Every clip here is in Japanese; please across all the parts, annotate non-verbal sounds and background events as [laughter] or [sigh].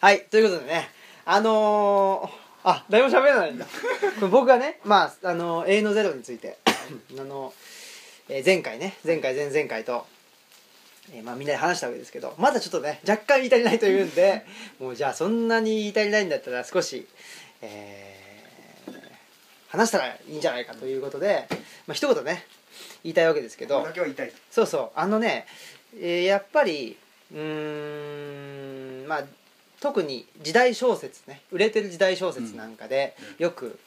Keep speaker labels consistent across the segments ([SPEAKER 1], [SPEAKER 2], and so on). [SPEAKER 1] はいということでねあのーあ誰も喋らないんだこれ僕はねまああのー、A のゼロについて [coughs] あのーえー前回ね前回前々回と、えーまあ、みんなで話したわけですけどまだちょっとね若干言い足りないというんでもうじゃあそんなに言い足りないんだったら少し、えー話したらいいんじゃないかということで、まあ、一言ね言いたいわけですけ
[SPEAKER 2] これ
[SPEAKER 1] ど
[SPEAKER 2] だけは痛い
[SPEAKER 1] そうそうあのね、えーやっぱりうーんまあ特に時代小説ね売れてる時代小説なんかでよく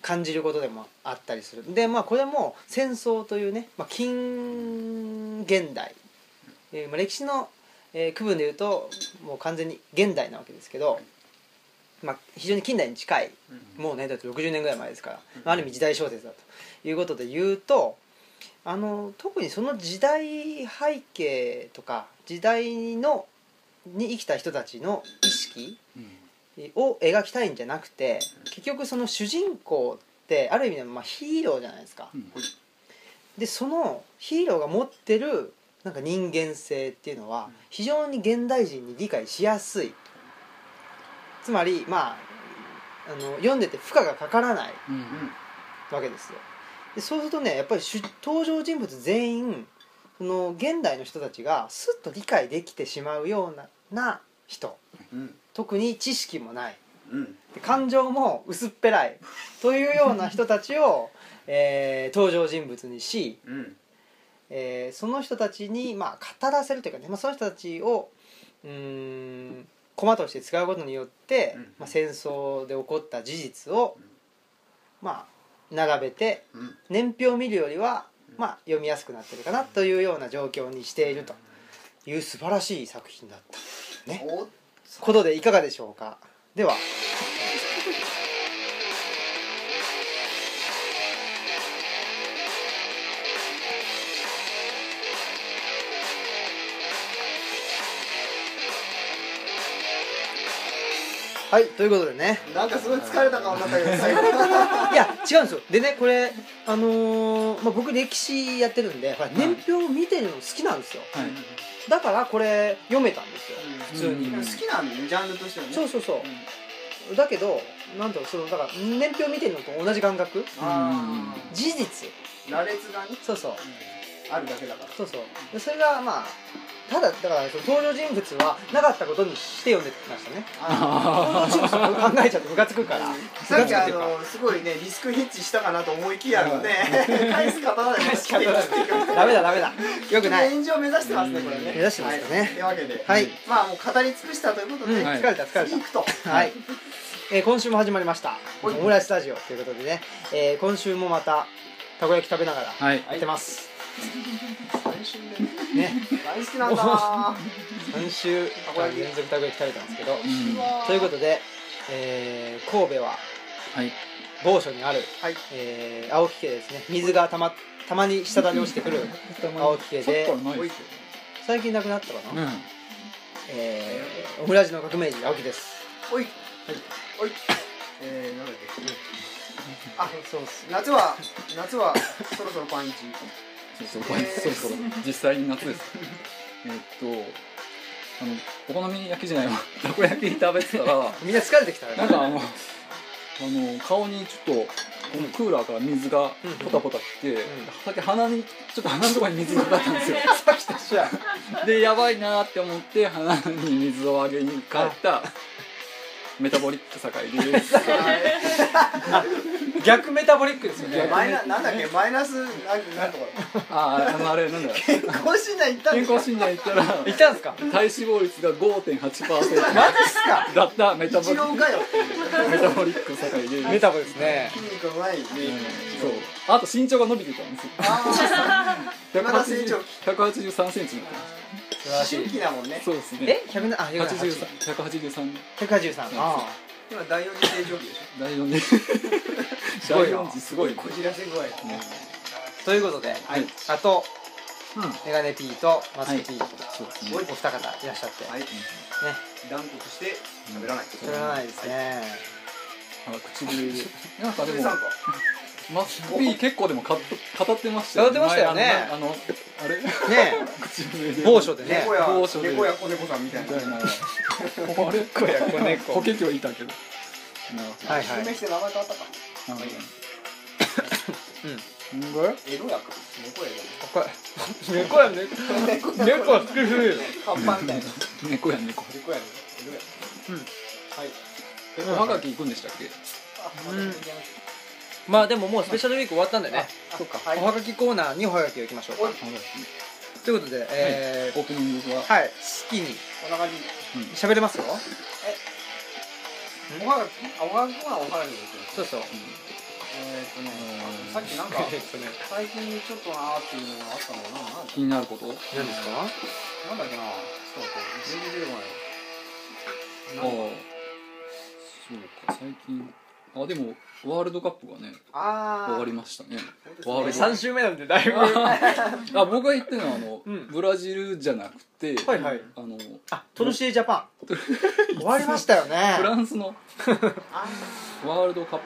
[SPEAKER 1] 感じることでもあったりするでまあこれも戦争というね、まあ、近現代、えーまあ、歴史の、えー区分でいうともう完全に現代なわけですけど、まあ、非常に近代に近いもうねだって60年ぐらい前ですから、まあある意味時代小説だということで言うとあの特にその時代背景とか時代のに生きた人たちの意識を描きたいんじゃなくて結局その主人公ってある意味でまあヒーローじゃないですか。でそのヒーローが持ってるなんか人間性っていうのは非常に現代人に理解しやすいつまりまああの読んでて負荷がかからないわけですよでそうするとねやっぱり主登場人物全員その現代の人たちがスッと理解できてしまうようなな人特に知識もないで感情も薄っぺらいというような人たちを、 [laughs] えー登場人物にし、えーその人たちに、まあ、語らせるというかね、まあ、その人たちをうーん駒として使うことによって、
[SPEAKER 2] うん
[SPEAKER 1] まあ、戦争で起こった事実を、まあ、並べて年表を見るよりは、まあ、読みやすくなってるかなというような状況にしているという素晴らしい作品だったとね
[SPEAKER 2] お
[SPEAKER 1] ことでいかがでしょうかでははいということでね
[SPEAKER 2] なんかすごい疲れた顔になったけど最後
[SPEAKER 1] [laughs] いや違うんですよでねこれあのーまあ、僕歴史やってるんでほら年表を見てるの好きなんですよだからこれ読めたんですよ普通に、
[SPEAKER 2] 好きなんだねジャンルとしてはね
[SPEAKER 1] そうそうそう、だけどなんだろうそのだから年表見てるのと同じ感覚
[SPEAKER 2] あ
[SPEAKER 1] 事実
[SPEAKER 2] あ羅列がね
[SPEAKER 1] そうそう
[SPEAKER 2] あるだけだから
[SPEAKER 1] そうそうでそれがまあただだからその登場人物はなかったことにして読んでましたね
[SPEAKER 3] [laughs]
[SPEAKER 1] 登場人物を考えちゃってムカつくからム
[SPEAKER 2] さ
[SPEAKER 1] カつ
[SPEAKER 2] っき
[SPEAKER 1] くっ
[SPEAKER 2] あ
[SPEAKER 1] ていうか
[SPEAKER 2] のすごいねリスクヘッジしたかなと思いきやので返す方で
[SPEAKER 1] 仕方ないダメだダメだよくない
[SPEAKER 2] 炎上目指してますねこれね
[SPEAKER 1] 目指してますかね
[SPEAKER 2] はいというわけで
[SPEAKER 1] はい
[SPEAKER 2] まあもう語り尽くしたということ
[SPEAKER 1] うん
[SPEAKER 2] で
[SPEAKER 3] はい
[SPEAKER 1] 疲れた疲れ
[SPEAKER 2] 次行くと
[SPEAKER 1] たはい、えー今週も始まりました「オ
[SPEAKER 2] はい
[SPEAKER 1] ムライスタジオ」ということでね、えー今週もまたたこ焼き食べながらや
[SPEAKER 3] はい。
[SPEAKER 1] ってます、
[SPEAKER 2] 最終でね
[SPEAKER 1] ね
[SPEAKER 2] 大好きなんだな
[SPEAKER 1] 3週
[SPEAKER 2] たこ焼き
[SPEAKER 1] 連続たこ焼き食べたんですけど
[SPEAKER 3] うん
[SPEAKER 1] ということで、えー神戸は
[SPEAKER 3] はい。
[SPEAKER 1] 某所にある、
[SPEAKER 2] はい
[SPEAKER 1] えー青木家ですね水がたまたまに滴り落ちてくる青木家で
[SPEAKER 3] ないです
[SPEAKER 1] 最近なくなったか
[SPEAKER 3] う
[SPEAKER 1] な、
[SPEAKER 3] ん。
[SPEAKER 1] えーオムラジの革命児青木です
[SPEAKER 2] おいおいえーなんだっけあ
[SPEAKER 1] そうっす
[SPEAKER 2] 夏は夏はそろそろパンイチ
[SPEAKER 3] そうそう、そうそう。実際に [laughs] 夏です。えっと、あの、お好み焼きじゃないわ。たこ焼き食べてたら、
[SPEAKER 1] みんな疲れてきたね
[SPEAKER 3] なんかあの、あの、顔にちょっと、このクーラーから水がポタポタきて、さっき鼻に、ちょっと鼻のところに水がかかったん [laughs] ですよ。
[SPEAKER 1] さっきと一緒や
[SPEAKER 3] で、やばいなーって思って、鼻に水をあげに帰った、メタボリック酒井です。 [laughs]
[SPEAKER 1] 逆メタボリックですよ
[SPEAKER 2] いや
[SPEAKER 1] ね
[SPEAKER 2] マイナなんだっけマイナスなんなんとか
[SPEAKER 3] あー、あの、あれ、なんだ
[SPEAKER 2] 健康診断行ったん
[SPEAKER 3] 健
[SPEAKER 2] でしょ
[SPEAKER 3] 康診断行ったら、
[SPEAKER 1] いたんすか
[SPEAKER 3] 体脂肪率が
[SPEAKER 1] マ
[SPEAKER 3] 5.8%
[SPEAKER 1] ジっすか
[SPEAKER 3] だったメタボ
[SPEAKER 2] 一
[SPEAKER 3] リッ
[SPEAKER 2] 郎かよ
[SPEAKER 3] クメタボリック酒井で、
[SPEAKER 1] メタボですね
[SPEAKER 2] 筋肉のないね
[SPEAKER 3] うんそうあと身長が伸びてたんですよ
[SPEAKER 2] あまだ成長
[SPEAKER 3] 180 183センチになって
[SPEAKER 1] 素晴
[SPEAKER 2] あ
[SPEAKER 1] らし
[SPEAKER 2] 春
[SPEAKER 1] い
[SPEAKER 2] 期だもんね
[SPEAKER 3] ますそうですね
[SPEAKER 1] え百あ
[SPEAKER 3] 八十
[SPEAKER 1] 183
[SPEAKER 3] 三百八十三
[SPEAKER 1] ああ
[SPEAKER 2] 今第四次成長期でしょ
[SPEAKER 3] 第
[SPEAKER 1] [laughs]
[SPEAKER 3] 四次
[SPEAKER 1] ご
[SPEAKER 3] 第
[SPEAKER 1] いな
[SPEAKER 3] 四次すごいね
[SPEAKER 2] こじらせ具合
[SPEAKER 1] ということで
[SPEAKER 3] はいうん
[SPEAKER 1] あとメガネ P とマスク P
[SPEAKER 3] そうです
[SPEAKER 2] は
[SPEAKER 3] ね
[SPEAKER 2] い
[SPEAKER 1] お二方いらっしゃって
[SPEAKER 2] はい
[SPEAKER 1] ね
[SPEAKER 2] 断固として喋らない
[SPEAKER 1] それはないですね
[SPEAKER 3] あ唇なんかで
[SPEAKER 2] 口
[SPEAKER 3] も
[SPEAKER 2] でさんか
[SPEAKER 3] マスピー結構でもかっ語ってました
[SPEAKER 1] 語ってましたよね
[SPEAKER 3] 前あのなあのあれ
[SPEAKER 1] ね
[SPEAKER 3] 口笛で
[SPEAKER 1] 某所でね
[SPEAKER 2] 猫や
[SPEAKER 3] 某所で
[SPEAKER 2] 猫や子猫さんみたい
[SPEAKER 3] み
[SPEAKER 2] な
[SPEAKER 3] たい
[SPEAKER 1] [laughs]
[SPEAKER 3] なあれ
[SPEAKER 1] 猫や子猫
[SPEAKER 3] コケキはいたけどなる
[SPEAKER 1] はいはい
[SPEAKER 2] 襲名して名前変わったか
[SPEAKER 3] ほど
[SPEAKER 2] まあいいや
[SPEAKER 3] うんんで
[SPEAKER 2] 江戸薬猫や
[SPEAKER 1] これ猫や猫
[SPEAKER 2] 猫
[SPEAKER 1] 猫は好きすぎる
[SPEAKER 2] 看板みたいな
[SPEAKER 3] 猫や猫
[SPEAKER 2] 猫や江戸薬
[SPEAKER 1] うん
[SPEAKER 2] はい
[SPEAKER 3] えおはがき行くんでしたっけ
[SPEAKER 2] あま
[SPEAKER 1] うん
[SPEAKER 2] だ続きます
[SPEAKER 1] まあでももうスペシャルウィーク終わったんでね
[SPEAKER 2] あそっかはい
[SPEAKER 1] おはがきコーナーにおはがきをいきましょう
[SPEAKER 2] おい
[SPEAKER 1] かということでえ
[SPEAKER 3] オープニングは
[SPEAKER 1] ーはい好きに
[SPEAKER 2] こんな感じ
[SPEAKER 1] 喋れますよ
[SPEAKER 2] おはがきあおはがきはおはがきです
[SPEAKER 1] そ
[SPEAKER 2] よ
[SPEAKER 1] うそう
[SPEAKER 2] えーっと [laughs] ね
[SPEAKER 3] うん
[SPEAKER 2] さっきなんか
[SPEAKER 1] [laughs] えっとね
[SPEAKER 2] 最近ちょっとなーっていうのがあったのかななんだ
[SPEAKER 3] 気になること
[SPEAKER 1] 何ですか
[SPEAKER 2] なんだっけなちょっと待って全然出てこ
[SPEAKER 3] ああ
[SPEAKER 2] ないな
[SPEAKER 3] そうか最近あでもワールドカップがね
[SPEAKER 2] あー
[SPEAKER 3] 終わりましたね
[SPEAKER 2] そう
[SPEAKER 3] ワー
[SPEAKER 2] で
[SPEAKER 3] ル
[SPEAKER 2] す
[SPEAKER 3] ド
[SPEAKER 2] ね
[SPEAKER 1] 3週目なんでだいぶ
[SPEAKER 3] [laughs] あ僕が言ってるのはあの、
[SPEAKER 1] うん
[SPEAKER 3] ブラジルじゃなくて、
[SPEAKER 1] はいはい
[SPEAKER 3] あの
[SPEAKER 1] あトルシエジャパン [laughs] 終わりましたよね
[SPEAKER 3] フラ
[SPEAKER 1] は
[SPEAKER 3] ンスの
[SPEAKER 2] あ
[SPEAKER 3] ワールドカッ
[SPEAKER 1] い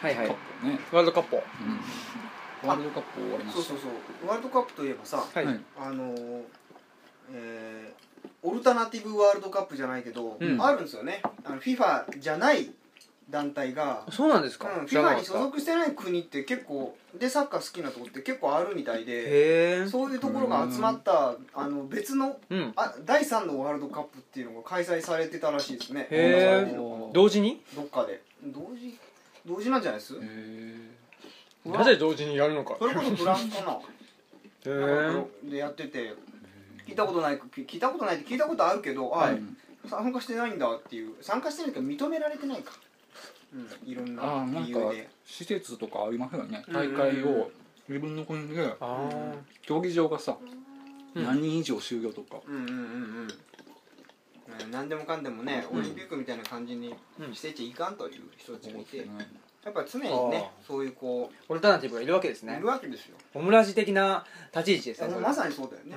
[SPEAKER 3] プ、
[SPEAKER 1] はい
[SPEAKER 3] カップね、
[SPEAKER 1] ワールドカップ
[SPEAKER 3] うん、ワールドカップ終わり
[SPEAKER 2] ー
[SPEAKER 3] ま
[SPEAKER 2] そう
[SPEAKER 3] し
[SPEAKER 2] そうそうワールドカップといえばさ
[SPEAKER 1] はい
[SPEAKER 3] はい
[SPEAKER 2] あのーえーオルタナティブワールドカップじゃないけど、
[SPEAKER 1] うん
[SPEAKER 2] あるんですよねあの FIFA じゃない団体が、
[SPEAKER 1] そうなんです
[SPEAKER 2] う
[SPEAKER 1] か
[SPEAKER 2] ん、
[SPEAKER 1] 知らなか
[SPEAKER 2] FIFA に
[SPEAKER 1] った
[SPEAKER 2] 所属してない国って結構でサッカー好きなとこって結構あるみたいで
[SPEAKER 1] へえ
[SPEAKER 2] そういうところが集まったあの別の
[SPEAKER 1] うん
[SPEAKER 2] あ第3のワールドカップっていうのが開催されてたらしいですね
[SPEAKER 1] へ
[SPEAKER 2] なんかされて
[SPEAKER 1] ー
[SPEAKER 2] んのか
[SPEAKER 1] 同時に
[SPEAKER 2] などっかで同時同時なんじゃないです
[SPEAKER 3] たへえ
[SPEAKER 1] なぜ同時にやるのか
[SPEAKER 2] それこそフランスかな
[SPEAKER 1] へ
[SPEAKER 2] な
[SPEAKER 1] え
[SPEAKER 2] んかでやってて聞いたことない聞いたことないって聞いたことあるけど、
[SPEAKER 1] は
[SPEAKER 2] あ
[SPEAKER 1] い
[SPEAKER 3] うん
[SPEAKER 2] 参加してないんだっていう参加してないけど認められてないか、うん、いろん
[SPEAKER 3] ああな
[SPEAKER 2] なん理
[SPEAKER 3] か
[SPEAKER 2] 由で
[SPEAKER 3] 施設とかありますよね
[SPEAKER 2] うん
[SPEAKER 3] 大会を自分の国で
[SPEAKER 1] あー
[SPEAKER 3] 競技場がさ、
[SPEAKER 1] うん
[SPEAKER 3] 何人以上就業とか、
[SPEAKER 2] うんうんうんうんうん何でもかんでもね、
[SPEAKER 1] うん
[SPEAKER 2] オリンピックみたいな感じに
[SPEAKER 1] うん
[SPEAKER 2] してちゃいかんという人たち
[SPEAKER 3] そう
[SPEAKER 2] もい
[SPEAKER 3] で
[SPEAKER 2] て、
[SPEAKER 3] すね
[SPEAKER 2] やっぱ常に
[SPEAKER 1] あ
[SPEAKER 2] ねそういうこう
[SPEAKER 1] オルタナティブがいるわけです
[SPEAKER 2] い
[SPEAKER 1] ね
[SPEAKER 2] るわけですよ
[SPEAKER 1] オムラジ的な立ち位置ですね
[SPEAKER 2] も
[SPEAKER 1] そうれ
[SPEAKER 2] まさにそうだよ
[SPEAKER 1] う
[SPEAKER 2] ね、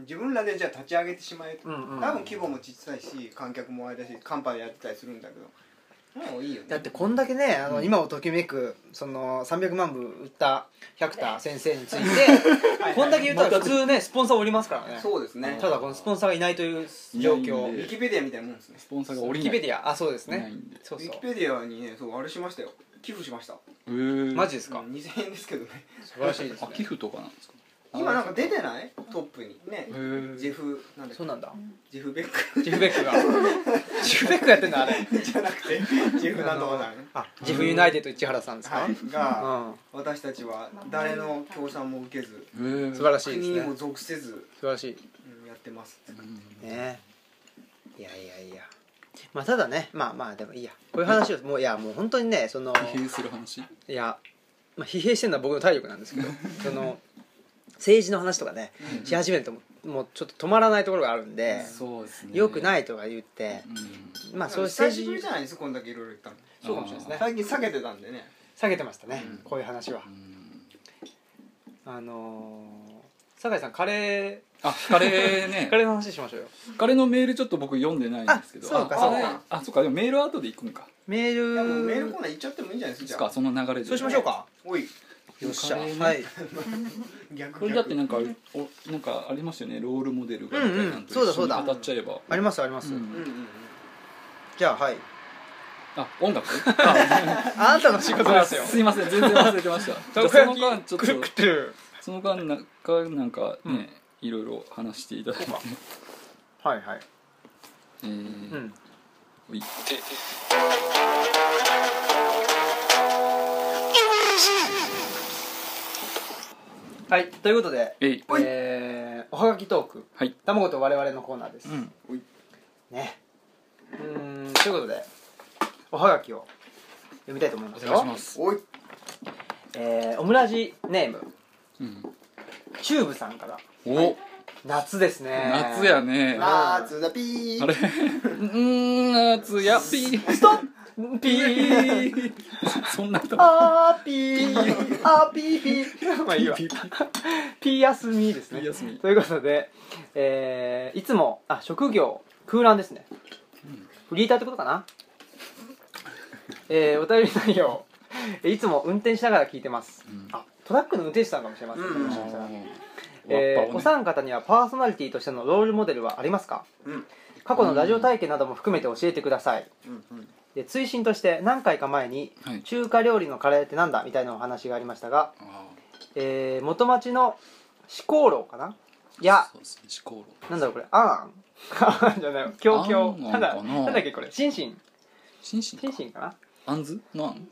[SPEAKER 1] ん
[SPEAKER 2] 自分らでじゃあ立ち上げてしまえと、
[SPEAKER 1] うんうん
[SPEAKER 2] 多分規模も小さいし観客もあれだしカンパでやってたりするんだけどもういいよね
[SPEAKER 1] だってこんだけねあの今をときめくその300万部売った百田先生につい [laughs] てこんだけ言ったら普通ねスポンサーおりますからね
[SPEAKER 2] そうですね
[SPEAKER 1] ただこのスポンサーがいないという状況
[SPEAKER 3] い
[SPEAKER 2] ウ
[SPEAKER 3] な
[SPEAKER 2] ィ
[SPEAKER 3] い
[SPEAKER 2] キペディアみたいなもんですね
[SPEAKER 3] スポンサーが
[SPEAKER 1] ウ
[SPEAKER 3] 降
[SPEAKER 1] ィ
[SPEAKER 3] り
[SPEAKER 1] キ
[SPEAKER 3] ない
[SPEAKER 1] ペディアあそうです
[SPEAKER 3] いない
[SPEAKER 1] ね
[SPEAKER 3] んで
[SPEAKER 1] そう
[SPEAKER 2] ウィ
[SPEAKER 1] そ
[SPEAKER 2] キ
[SPEAKER 1] う
[SPEAKER 2] ペディアにねそうあれしましたよ寄付しました
[SPEAKER 3] へー
[SPEAKER 1] マジですか
[SPEAKER 2] うん2000円ですけどね
[SPEAKER 1] 素晴らしいです
[SPEAKER 3] あ寄
[SPEAKER 1] ね
[SPEAKER 3] 付とかなんですか
[SPEAKER 2] 今なんか出てないトップにね
[SPEAKER 3] へー
[SPEAKER 2] ジェフなんだっ
[SPEAKER 1] そ
[SPEAKER 2] け
[SPEAKER 1] うなんだ
[SPEAKER 2] ジェフベック
[SPEAKER 1] ジェフ・ベックがジェフ・ベックやってんだあれ
[SPEAKER 2] [laughs] じゃ
[SPEAKER 1] [laughs]
[SPEAKER 2] なくてジェフなんとかだね
[SPEAKER 1] あジェフ・ユナイテッド市原さんですか
[SPEAKER 2] は
[SPEAKER 1] うん
[SPEAKER 2] いが私たちは誰の協賛も受けず
[SPEAKER 3] へー
[SPEAKER 1] 素晴らしいです
[SPEAKER 2] 国に
[SPEAKER 1] ね
[SPEAKER 2] も属せず
[SPEAKER 1] 素晴らしい
[SPEAKER 2] うんやってます
[SPEAKER 3] うん
[SPEAKER 1] ねいやいやいやまあただねまあまあでもいいやこういう話をもういやもう本当にねその
[SPEAKER 3] 疲弊する話
[SPEAKER 1] いや、まあ、疲弊してるのは僕の体力なんですけどその政治の話とかねし始めるともうもうちょっと止まらないところがあるんで、
[SPEAKER 3] そうですね、
[SPEAKER 1] よくないいとか言って
[SPEAKER 3] う、ん、
[SPEAKER 1] まあそういう
[SPEAKER 2] 久しぶり
[SPEAKER 1] 政
[SPEAKER 2] じ
[SPEAKER 1] 治
[SPEAKER 2] ゃないですこんだけいろいろ言ったの
[SPEAKER 1] そうかもしれないですね
[SPEAKER 2] 最近避けてたんでね
[SPEAKER 1] 下げてましたね、
[SPEAKER 3] うん
[SPEAKER 1] こういう話は
[SPEAKER 3] う。ん
[SPEAKER 1] あのー、酒井さんカレ
[SPEAKER 3] あカレー
[SPEAKER 1] ー [laughs]
[SPEAKER 3] ね
[SPEAKER 1] カレーの話しましょうよ
[SPEAKER 3] カレーのメールちょっと僕読んでないんですけど
[SPEAKER 1] あそうか
[SPEAKER 3] あ
[SPEAKER 2] そう
[SPEAKER 3] あ
[SPEAKER 2] か
[SPEAKER 3] あそうかでもメールは後で行くんか
[SPEAKER 1] メ
[SPEAKER 2] いやもうメー
[SPEAKER 1] ー
[SPEAKER 2] ル
[SPEAKER 1] ル
[SPEAKER 2] コーナー行っちゃってもいいんじゃないです
[SPEAKER 3] です
[SPEAKER 2] か
[SPEAKER 3] かその流れで
[SPEAKER 1] そうしましょうか
[SPEAKER 2] おい
[SPEAKER 1] よっしゃ
[SPEAKER 3] カレーね
[SPEAKER 1] はい
[SPEAKER 2] 逆
[SPEAKER 3] これだって
[SPEAKER 2] 逆
[SPEAKER 3] なんかおなんかありましたよねロールモデルがみたいなのと
[SPEAKER 1] うんうんそうだ
[SPEAKER 2] そうだ
[SPEAKER 3] 語っちゃえば
[SPEAKER 1] ありますあります、
[SPEAKER 3] うん
[SPEAKER 2] うんうんうん
[SPEAKER 1] じゃあはい
[SPEAKER 3] あ
[SPEAKER 1] [laughs]
[SPEAKER 3] 音楽
[SPEAKER 1] あなたの仕事ですよ
[SPEAKER 3] あすいません全然忘れて [laughs] ましたじゃ
[SPEAKER 1] た
[SPEAKER 3] あそ
[SPEAKER 1] こ
[SPEAKER 3] の間
[SPEAKER 1] 焼き
[SPEAKER 3] ちょ
[SPEAKER 1] 食
[SPEAKER 3] っと
[SPEAKER 1] ってる
[SPEAKER 3] [laughs] その間なんかなんか
[SPEAKER 1] うん
[SPEAKER 3] ねいろいろ話していただいて
[SPEAKER 1] そうかはいはい
[SPEAKER 3] えー
[SPEAKER 1] うん
[SPEAKER 3] おい
[SPEAKER 1] はいということで
[SPEAKER 3] えい
[SPEAKER 1] えー、おはがきトーク
[SPEAKER 3] はい
[SPEAKER 1] 卵と我々のコーナーです、
[SPEAKER 3] うん
[SPEAKER 1] ねうーんということでおはがきを読みたいと思いま
[SPEAKER 3] お
[SPEAKER 1] す
[SPEAKER 3] 願い
[SPEAKER 1] よ
[SPEAKER 3] します
[SPEAKER 2] おい
[SPEAKER 1] えーオムラジネーム
[SPEAKER 3] うん
[SPEAKER 1] チューブさんから
[SPEAKER 3] お
[SPEAKER 1] 夏ですね
[SPEAKER 3] 夏やねあ
[SPEAKER 2] なーつだピー
[SPEAKER 3] れうーん夏やピー
[SPEAKER 1] ストッピ
[SPEAKER 3] [laughs]
[SPEAKER 1] ー
[SPEAKER 3] そんな歌も
[SPEAKER 1] あーピーあーピーピーまあいいわ
[SPEAKER 3] ピーピー
[SPEAKER 1] ピー休みですね
[SPEAKER 3] ピー休み
[SPEAKER 1] ということで、えーいつもあ職業空欄ですねフリーターってことかな、えーお便り内容いつも運転しながら聞いてます
[SPEAKER 3] うん
[SPEAKER 1] あトラックの運転手さんかもしれませんね、
[SPEAKER 2] うん
[SPEAKER 1] もしかしたら
[SPEAKER 3] ワッ
[SPEAKER 1] え
[SPEAKER 3] パ
[SPEAKER 1] ー
[SPEAKER 3] をね
[SPEAKER 1] お三方にはパーソナリティとしてのロールモデルはありますか
[SPEAKER 2] うん
[SPEAKER 1] 過去のラジオ体験なども含めて教えてください
[SPEAKER 2] うんうん
[SPEAKER 1] で追伸として何回か前に
[SPEAKER 3] はい
[SPEAKER 1] 中華料理のカレーってなんだみたいなお話がありましたが、
[SPEAKER 3] あ
[SPEAKER 1] えー元町の四香楼かな
[SPEAKER 3] ー
[SPEAKER 1] いや
[SPEAKER 3] そうですね思考炉
[SPEAKER 1] なんだろうこれあんあんじゃない京京
[SPEAKER 3] あんあん
[SPEAKER 1] なんだ
[SPEAKER 3] かな
[SPEAKER 1] なんだっけこれシンシン
[SPEAKER 3] 心身
[SPEAKER 1] シンシンかな
[SPEAKER 3] あんずのあん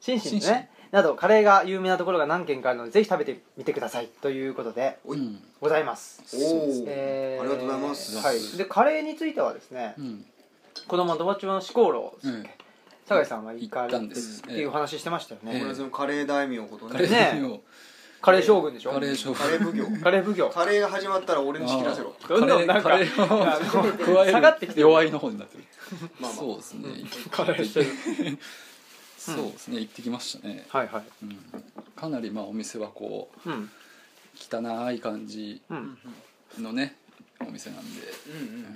[SPEAKER 1] シンシン
[SPEAKER 3] シ
[SPEAKER 1] ね
[SPEAKER 3] ンシン
[SPEAKER 1] などカレーが有名なところが何軒かあるのでぜひ食べてみてくださいということで
[SPEAKER 2] おい
[SPEAKER 3] うん
[SPEAKER 1] ございます
[SPEAKER 3] そうです
[SPEAKER 2] おー
[SPEAKER 1] えー
[SPEAKER 2] ありがとうございます
[SPEAKER 1] はい、でカレーについてはですね、
[SPEAKER 3] うん
[SPEAKER 1] このま友達の四香楼
[SPEAKER 3] うん
[SPEAKER 1] 酒井さんは行かれ
[SPEAKER 3] 行った
[SPEAKER 1] て
[SPEAKER 3] ん
[SPEAKER 1] っ
[SPEAKER 3] です
[SPEAKER 1] ていう話してましたよね、
[SPEAKER 3] ええ
[SPEAKER 2] これそのカレー大名こと
[SPEAKER 3] カ
[SPEAKER 2] ね
[SPEAKER 3] レーを
[SPEAKER 1] カレー将軍でしょ
[SPEAKER 3] カレー将軍
[SPEAKER 2] カレー奉行
[SPEAKER 1] カレー奉行
[SPEAKER 2] カレーが始まったら俺に仕切らせろ
[SPEAKER 3] あー
[SPEAKER 1] どんどんなんか
[SPEAKER 3] カレーを
[SPEAKER 1] あの
[SPEAKER 3] 加える
[SPEAKER 1] 下がってきてる
[SPEAKER 3] 弱いの方になってる
[SPEAKER 2] まあまあ
[SPEAKER 3] そうですね
[SPEAKER 1] カレーしてる
[SPEAKER 3] そうですね行ってきましたね
[SPEAKER 1] はいはい
[SPEAKER 3] うんかなりまあお店はこう
[SPEAKER 1] うん
[SPEAKER 3] 汚い感じ
[SPEAKER 1] う
[SPEAKER 2] うん
[SPEAKER 1] ん
[SPEAKER 3] のねお店なんで
[SPEAKER 2] うん
[SPEAKER 3] う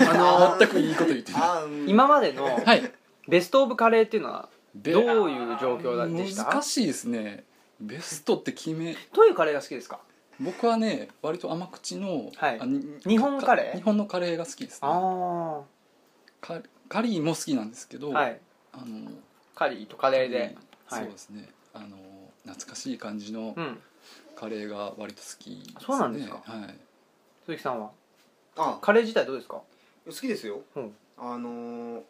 [SPEAKER 2] うん
[SPEAKER 3] ん
[SPEAKER 2] あのー
[SPEAKER 3] 全くいいこと言ってない
[SPEAKER 2] あーうん
[SPEAKER 1] 今までの
[SPEAKER 3] はい
[SPEAKER 1] ベストオブカレーっていうのは
[SPEAKER 3] べ
[SPEAKER 1] どういう状況でした
[SPEAKER 3] 難しいですねベストって決め
[SPEAKER 1] どういうカレーが好きですか
[SPEAKER 3] 僕はね割と甘口の、
[SPEAKER 1] はい
[SPEAKER 3] あに
[SPEAKER 1] 日本カレー
[SPEAKER 3] か日本のカレーが好きです
[SPEAKER 1] あ
[SPEAKER 3] ね
[SPEAKER 1] あは
[SPEAKER 3] カカリーも好きなんですけど、
[SPEAKER 1] い
[SPEAKER 3] あの
[SPEAKER 1] カリーとカレーで、
[SPEAKER 3] うん
[SPEAKER 1] はい
[SPEAKER 3] そうですねあの懐かしい感じの
[SPEAKER 1] うん
[SPEAKER 3] カレーが割と好きです、ね
[SPEAKER 1] そうなんですか
[SPEAKER 3] はい
[SPEAKER 1] 鈴木さんは
[SPEAKER 2] あ
[SPEAKER 1] カレー自体どうですか
[SPEAKER 2] 好きですよ
[SPEAKER 1] うん
[SPEAKER 2] あのー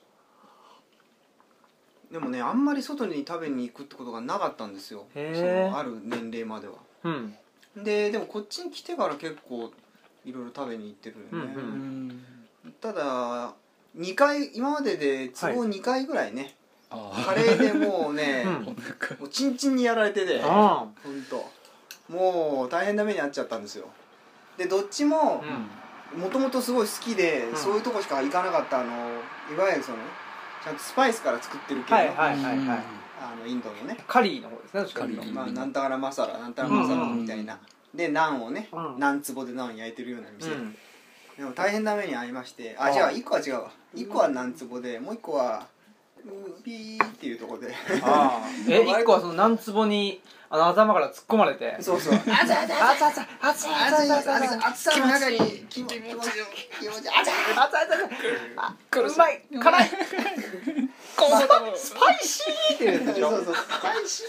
[SPEAKER 2] でもねあんまり外に食べに行くってことがなかったんですよそ
[SPEAKER 1] へー
[SPEAKER 2] のある年齢までは
[SPEAKER 1] うん
[SPEAKER 2] ででもこっちに来てから結構いろいろ食べに行ってるよね、
[SPEAKER 1] うんう
[SPEAKER 2] ただ2回今までで都合2回ぐらいね、
[SPEAKER 3] あ
[SPEAKER 2] カレーでもうね、
[SPEAKER 1] [laughs] うん
[SPEAKER 3] ー [laughs] お腹
[SPEAKER 2] もうチンチンにやられててほ
[SPEAKER 1] あ
[SPEAKER 2] んともう大変な目に遭っちゃったんですよでどっちも
[SPEAKER 1] うん
[SPEAKER 2] もともとすごい好きで、
[SPEAKER 1] うん
[SPEAKER 2] そういうとこしか行かなかったあのいわゆるそのちゃんとスパイスから作ってる系
[SPEAKER 1] あ
[SPEAKER 2] の,、
[SPEAKER 1] はいはいはいはい
[SPEAKER 2] あのインドのね
[SPEAKER 1] カリーの方ですねどっちかというと
[SPEAKER 3] カリー
[SPEAKER 2] まあ、なんたからマサラなんたらマサラみたいな、でナンをね、
[SPEAKER 1] うん
[SPEAKER 2] ナン壺でナン焼いてるような
[SPEAKER 1] う
[SPEAKER 2] 店、
[SPEAKER 1] ん
[SPEAKER 2] でも大変な目に遭いまして
[SPEAKER 1] あ
[SPEAKER 2] あ
[SPEAKER 1] あ
[SPEAKER 2] じゃあ1個は違うわ1個はナン壺でもう1個はうピーっていうとこで
[SPEAKER 1] あーえ一個はその何坪にあの頭から突っ込まれて
[SPEAKER 2] そうそう熱い熱い熱い
[SPEAKER 1] あつあつあつあ
[SPEAKER 2] 熱
[SPEAKER 1] つ
[SPEAKER 2] い
[SPEAKER 1] あつあつ
[SPEAKER 2] 熱い熱さの中に気持ち気持ち気持ち熱い
[SPEAKER 1] あつあつあうまい辛いスパイシーって言うんでしょ
[SPEAKER 2] そうそうスパイシ